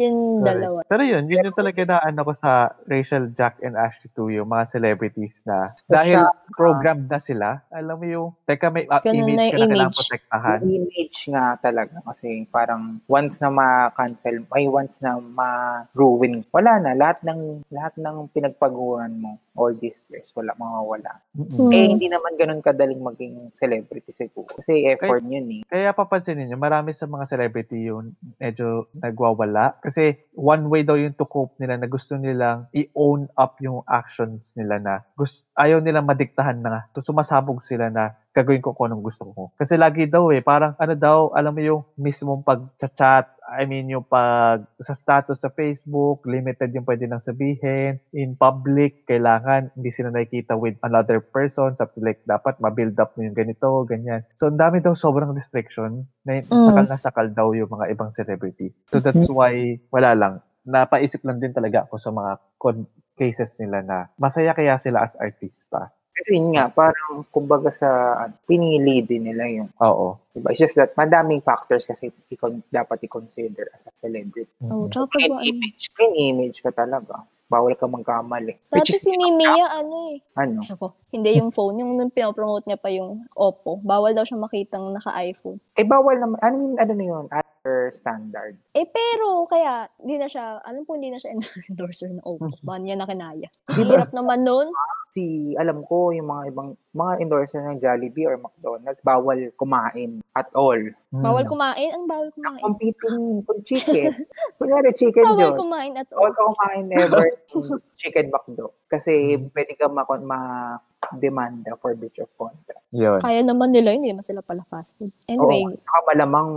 Speaker 3: Yung
Speaker 2: Correct.
Speaker 3: dalawa.
Speaker 2: Pero yun, yun yung talaga na ano ko sa Rachel, Jack, and Ashley 2, yung mga celebrities na dahil
Speaker 1: siya,
Speaker 2: programmed na sila, alam mo yung, teka may uh,
Speaker 3: Ganun
Speaker 2: image
Speaker 3: na
Speaker 2: ka
Speaker 3: yung
Speaker 2: na kailangan
Speaker 3: image.
Speaker 2: protektahan.
Speaker 1: Yung image nga talaga kasi parang once na ma-cancel, ay once na ma-ruin, wala na. Lahat ng, lahat ng pinagpaguran mo all these years, wala, mawawala.
Speaker 2: Mm-mm.
Speaker 3: Mm.
Speaker 1: Eh, hindi naman ganun kadaling maging celebrity siguro. Kasi effort yun eh.
Speaker 2: Kaya papansin niyo, marami sa mga celebrity yung medyo nagwawala. Kasi one way daw yung to cope nila na gusto nilang i-own up yung actions nila na gusto, ayaw nilang madiktahan na. So sumasabog sila na gagawin ko kung anong gusto ko. Kasi lagi daw eh, parang ano daw, alam mo yung mismong pag-chat, I mean yung pag sa status sa Facebook, limited yung pwede nang sabihin. In public, kailangan hindi sila nakikita with another person. Something like dapat ma-build up mo yung ganito, ganyan. So ang dami daw sobrang restriction na
Speaker 3: Mm.
Speaker 2: sakal na sakal daw yung mga ibang celebrity. So that's why wala lang. Napaisip lang din talaga ako sa mga con- cases nila na masaya kaya sila as artista.
Speaker 1: Pero yun nga, parang kumbaga sa ano, pinili din nila yung
Speaker 2: Oo.
Speaker 1: Diba? It's just that madaming factors kasi ikon, dapat i-consider as a celebrity.
Speaker 3: Oh,
Speaker 2: Mm-mm.
Speaker 3: tsaka
Speaker 1: Screen
Speaker 3: ba, ano.
Speaker 1: image, screen image ka talaga. Bawal ka magkamali. Which
Speaker 3: Dati
Speaker 1: is,
Speaker 3: si Mimiya, ano eh.
Speaker 1: ano,
Speaker 3: Ako, hindi yung phone. Yung nung pinopromote niya pa yung Oppo. Bawal daw siya makitang naka-iPhone.
Speaker 1: eh bawal naman, ano, yun- ano na yun, other standard.
Speaker 3: Eh, pero, kaya, hindi na siya, alam po, hindi na siya endorser ng Oppo. Baka niya na kinaya. Ang Hirap naman nun.
Speaker 1: Si, alam ko, yung mga ibang, mga endorser ng Jollibee or McDonald's, bawal kumain at all.
Speaker 2: Mm.
Speaker 3: Bawal kumain. Ang bawal kumain.
Speaker 1: Competing kung chicken. Kunyari, chicken
Speaker 3: Bawal
Speaker 1: joint.
Speaker 3: kumain at
Speaker 1: Bawal
Speaker 3: all.
Speaker 1: ka kumain ever ng chicken McDo. Kasi pwede ka ma- ma- demanda for breach of contract.
Speaker 2: Yun.
Speaker 3: Kaya naman nila yun. Hindi naman sila pala fast food. Anyway,
Speaker 1: Oo, saka malamang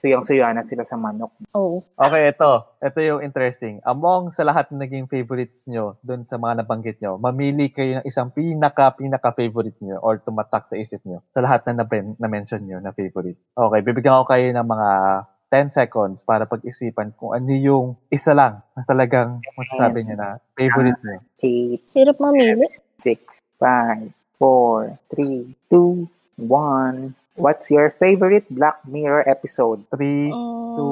Speaker 1: suyang-suyanan sila sa manok.
Speaker 3: oo.
Speaker 2: Okay, ito. Ito yung interesting. Among sa lahat ng naging favorites nyo, dun sa mga nabanggit nyo, mamili kayo ng isang pinaka-pinaka-favorite nyo or tumatak sa isip nyo sa lahat na naben- na-mention nyo na favorite. Okay, bibigyan ko kayo ng mga 10 seconds para pag-isipan kung ano yung isa lang na talagang masasabi nyo na favorite nyo.
Speaker 1: eight,
Speaker 3: Hirap mamili.
Speaker 1: six, five, four, three, two, one. What's your favorite Black Mirror episode?
Speaker 2: 3,
Speaker 3: Um,
Speaker 2: Two,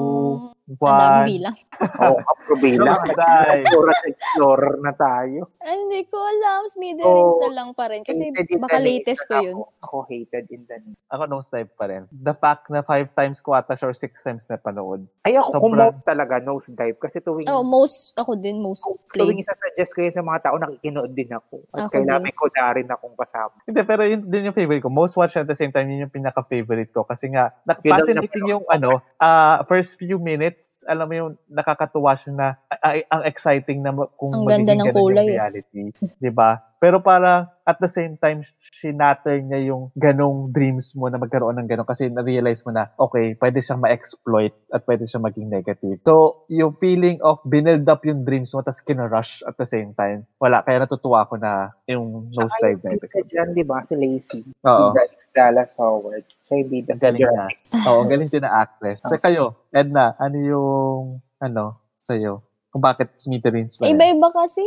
Speaker 3: ang daming
Speaker 2: 1.
Speaker 3: bilang.
Speaker 1: Oh, aprobila.
Speaker 2: Dai.
Speaker 1: Explorer at explorer na tayo.
Speaker 3: Ay, hindi ko alam. Smithereens
Speaker 1: Oo.
Speaker 3: na lang pa rin. Kasi
Speaker 1: Hated in the
Speaker 3: baka
Speaker 1: name.
Speaker 3: latest ko yun.
Speaker 1: Ako, ako hated in the name.
Speaker 2: Ako nung type pa rin. The fact na 5 times ko ata siya or 6 times na panood.
Speaker 1: Ay, ako
Speaker 2: Sobrang-
Speaker 1: kumote talaga, nose dive. Kasi tuwing,
Speaker 3: Oh, most, ako din, most
Speaker 1: tuwing
Speaker 3: play.
Speaker 1: isasuggest ko yun sa mga tao, nakikinood din ako. At
Speaker 3: Ako
Speaker 1: kailangan ko na rin akong kasama.
Speaker 2: Hindi, pero yun din yung favorite ko. Most watched at the same time, yun yung pinaka-favorite ko. Kasi nga, na-
Speaker 1: Yun lang
Speaker 2: fascinating
Speaker 1: yung-
Speaker 2: yung ano, ah, first few minutes, alam mo yung nakakatuwa siya na, ay, ang exciting na ma- kung
Speaker 3: Ang ganda
Speaker 2: magiging
Speaker 3: ng
Speaker 2: ganun
Speaker 3: kulay, eh.
Speaker 2: yung reality. 'Di ba Pero para at the same time, shinatter niya yung ganong dreams mo na magkaroon ng ganong kasi na-realize mo na, okay, pwede siyang ma-exploit at pwede siyang maging negative. So, yung feeling of binild up yung dreams mo tapos kinarush at the same time, wala. Kaya natutuwa ko na yung nose
Speaker 1: Saka yung
Speaker 2: dive na
Speaker 1: bida
Speaker 2: episode.
Speaker 1: dyan, di ba? Si Lacey. Si
Speaker 2: Oo.
Speaker 1: Bryce Dallas Howard. Siya yung bida
Speaker 2: Ang
Speaker 1: sa
Speaker 2: galing na.
Speaker 1: Jurassic.
Speaker 2: Oo, ang galing din na actress. Sa kayo, Edna, ano yung, ano, sa'yo? Kung bakit smithereens pa rin?
Speaker 3: Iba-iba kasi.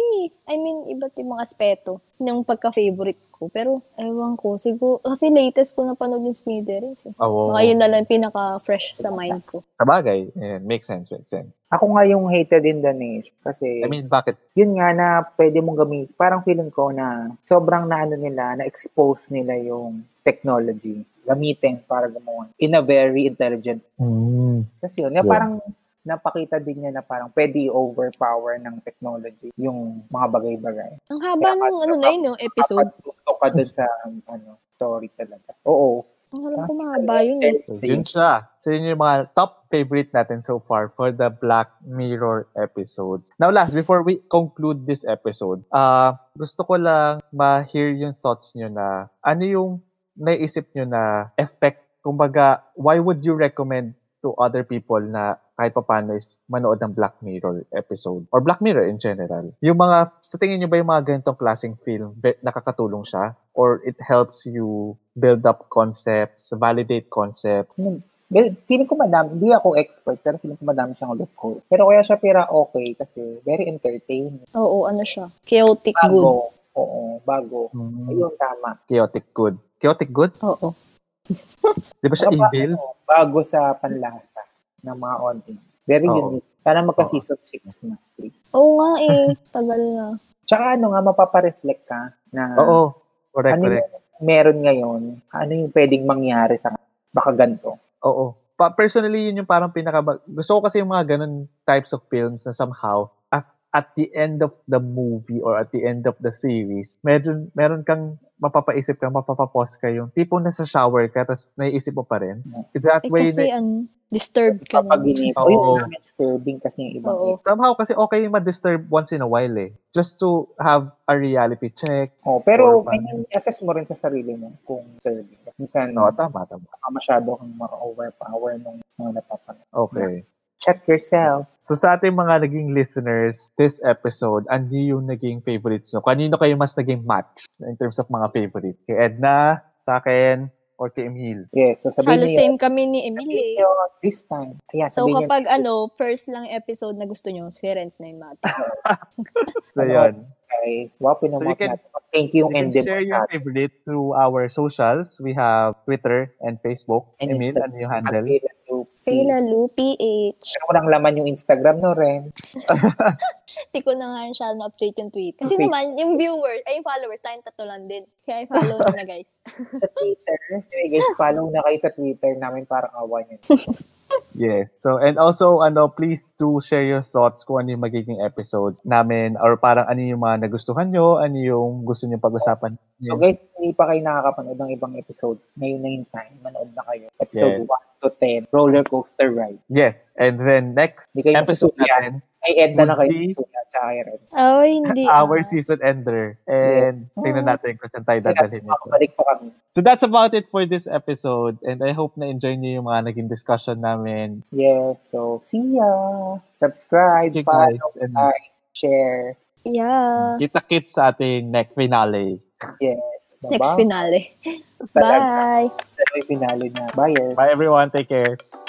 Speaker 3: I mean, iba't ibang aspeto ng pagka-favorite ko. Pero, ewan ko. Siguro, kasi latest ko napanood yung Smithereens. Eh.
Speaker 2: Oo.
Speaker 3: Baka yun na lang pinaka-fresh sa mind ko.
Speaker 2: Sabagay. Ayan, makes sense, makes sense.
Speaker 1: Ako nga yung hated in the niche kasi
Speaker 2: I mean, bakit?
Speaker 1: yun nga na pwede mong gamit. Parang feeling ko na sobrang na ano nila, na-expose nila yung technology gamitin para gumawa in a very intelligent.
Speaker 2: Mm.
Speaker 1: Kasi yun, na
Speaker 2: Yeah.
Speaker 1: parang napakita din niya na parang pwede i-overpower ng technology yung mga bagay-bagay.
Speaker 3: Ang haba ng ano na yun, no, episode.
Speaker 1: Kapag tutok ka dun sa ano, story talaga. Oo.
Speaker 3: Ang alam ko mahaba yun eh.
Speaker 2: So, yun siya. So, yun yung mga top favorite natin so far for the Black Mirror episode. Now, last, before we conclude this episode, ah gusto ko lang ma-hear yung thoughts nyo na ano yung naisip nyo na effect, kumbaga, why would you recommend to other people na kahit papaano is manood ng Black Mirror episode or Black Mirror in general. Yung mga, sa tingin nyo ba yung mga ganitong klaseng film, be- nakakatulong siya? Or it helps you build up concepts, validate concepts?
Speaker 1: Well, feeling ko madami, hindi ako expert, pero feeling ko madami siyang look ko. Pero kaya siya pira okay kasi very entertaining.
Speaker 3: Oo, ano siya. Chaotic good.
Speaker 1: Bago. Oo, bago. Ayun, tama.
Speaker 2: Chaotic good. Chaotic good?
Speaker 3: Oo.
Speaker 2: Di ba siya
Speaker 1: Ano ba,
Speaker 2: evil?
Speaker 1: ano, bago sa panlasa ng mga audience. Very
Speaker 2: Oo.
Speaker 1: unique. Sana magka-season 6 na. please.
Speaker 3: Oo nga eh. Tagal na.
Speaker 1: Tsaka ano nga, mapapareflect ka na
Speaker 2: Oo. Correct,
Speaker 1: ano
Speaker 2: correct.
Speaker 1: yung meron ngayon, ano yung pwedeng mangyari sa baka ganito.
Speaker 2: Oo. Pa- personally, yun yung parang pinaka... Gusto ko kasi yung mga ganun types of films na somehow at, at the end of the movie or at the end of the series, medyo, meron kang mapapaisip ka, mapapapause ka yung tipong nasa shower ka tapos naiisip mo pa rin. It's that
Speaker 3: Eh,
Speaker 2: way
Speaker 3: kasi
Speaker 2: na,
Speaker 3: ano, disturbed ka na.
Speaker 1: Papaginip. O
Speaker 2: Oo.
Speaker 1: yung mga disturbing kasi yung ibang
Speaker 3: Oo.
Speaker 1: ex.
Speaker 2: somehow kasi okay yung ma-disturb once in a while eh. Just to have a reality check.
Speaker 1: Oh, pero
Speaker 2: Or fun.
Speaker 1: ganyan, assess mo rin sa sarili mo kung disturbing. Minsan, no,
Speaker 2: No, tama, tama.
Speaker 1: masyado kang ma-overpower nung mga napapanood.
Speaker 2: Okay.
Speaker 1: Check yourself.
Speaker 2: So sa ating mga naging listeners this episode, ano yung naging favorites nyo? Kanino kayo mas naging match in terms of mga favorite? Kay Edna, sa akin, or kay Emil?
Speaker 1: Yes, so sabihin
Speaker 3: Halos
Speaker 1: niyo,
Speaker 3: same kami ni Emily.
Speaker 1: sabihin
Speaker 3: eh.
Speaker 1: niyo this time. Ayan,
Speaker 3: So
Speaker 1: sabihin niyo-
Speaker 3: kapag ano, first lang episode na gusto nyo, si Renz na yung mata.
Speaker 2: So
Speaker 1: Ano?
Speaker 2: yun.
Speaker 1: guys. Wapo na
Speaker 2: So
Speaker 1: mga
Speaker 2: you can-
Speaker 1: natin. Thank you yung
Speaker 2: You can
Speaker 1: ending.
Speaker 2: share your favorite through our socials. We have Twitter and Facebook.
Speaker 1: And
Speaker 2: Emil,
Speaker 1: Instagram.
Speaker 2: ano yung handle?
Speaker 1: Pero
Speaker 3: Kayla Lu, PH.
Speaker 1: walang laman yung Instagram no rin.
Speaker 3: Hindi ko na nga siya na-update yung tweet. Kasi
Speaker 1: Okay.
Speaker 3: naman, yung viewers, ay yung followers, tayong tatlo lang din. Kaya follow na na guys.
Speaker 1: Sa Twitter. Anyway guys, follow na kayo sa Twitter namin para awa nyo.
Speaker 2: Yes. So, and also, ano, please do share your thoughts kung ano yung magiging episodes namin or parang ano yung mga nagustuhan nyo, ano yung gusto nyo pag-usapan.
Speaker 1: So guys, kung hindi pa kayo nakakapanood ng ibang episode, ngayon na yung time, manood na kayo. Episode
Speaker 2: Yes.
Speaker 1: 1 to 10, roller coaster ride.
Speaker 2: Yes. And then next
Speaker 1: Hindi kayo
Speaker 2: episode
Speaker 1: masusulat.
Speaker 2: natin,
Speaker 1: Ay, end na na kayo
Speaker 2: Would be-
Speaker 1: masusulat. Tsaka kayo rin.
Speaker 3: Oh, hindi.
Speaker 2: our
Speaker 3: ah.
Speaker 2: season ender. And
Speaker 3: Yeah.
Speaker 2: tingnan natin kung saan tayo dadalhin nito.
Speaker 1: Makabalik pa kami.
Speaker 2: So that's about it for this episode. And I hope na-enjoy niyo yung mga naging discussion namin.
Speaker 1: Yes, so see ya! Subscribe,
Speaker 2: Thank you guys.
Speaker 1: follow,
Speaker 2: And
Speaker 1: like, share.
Speaker 3: Yeah.
Speaker 2: kita-kits sa ating next finale.
Speaker 1: Yes.
Speaker 3: Next
Speaker 1: Bye-bye.
Speaker 3: finale.
Speaker 1: Talaga.
Speaker 3: Bye.
Speaker 1: Ito yung finale na. Bye. eh.
Speaker 2: Bye everyone. Take care.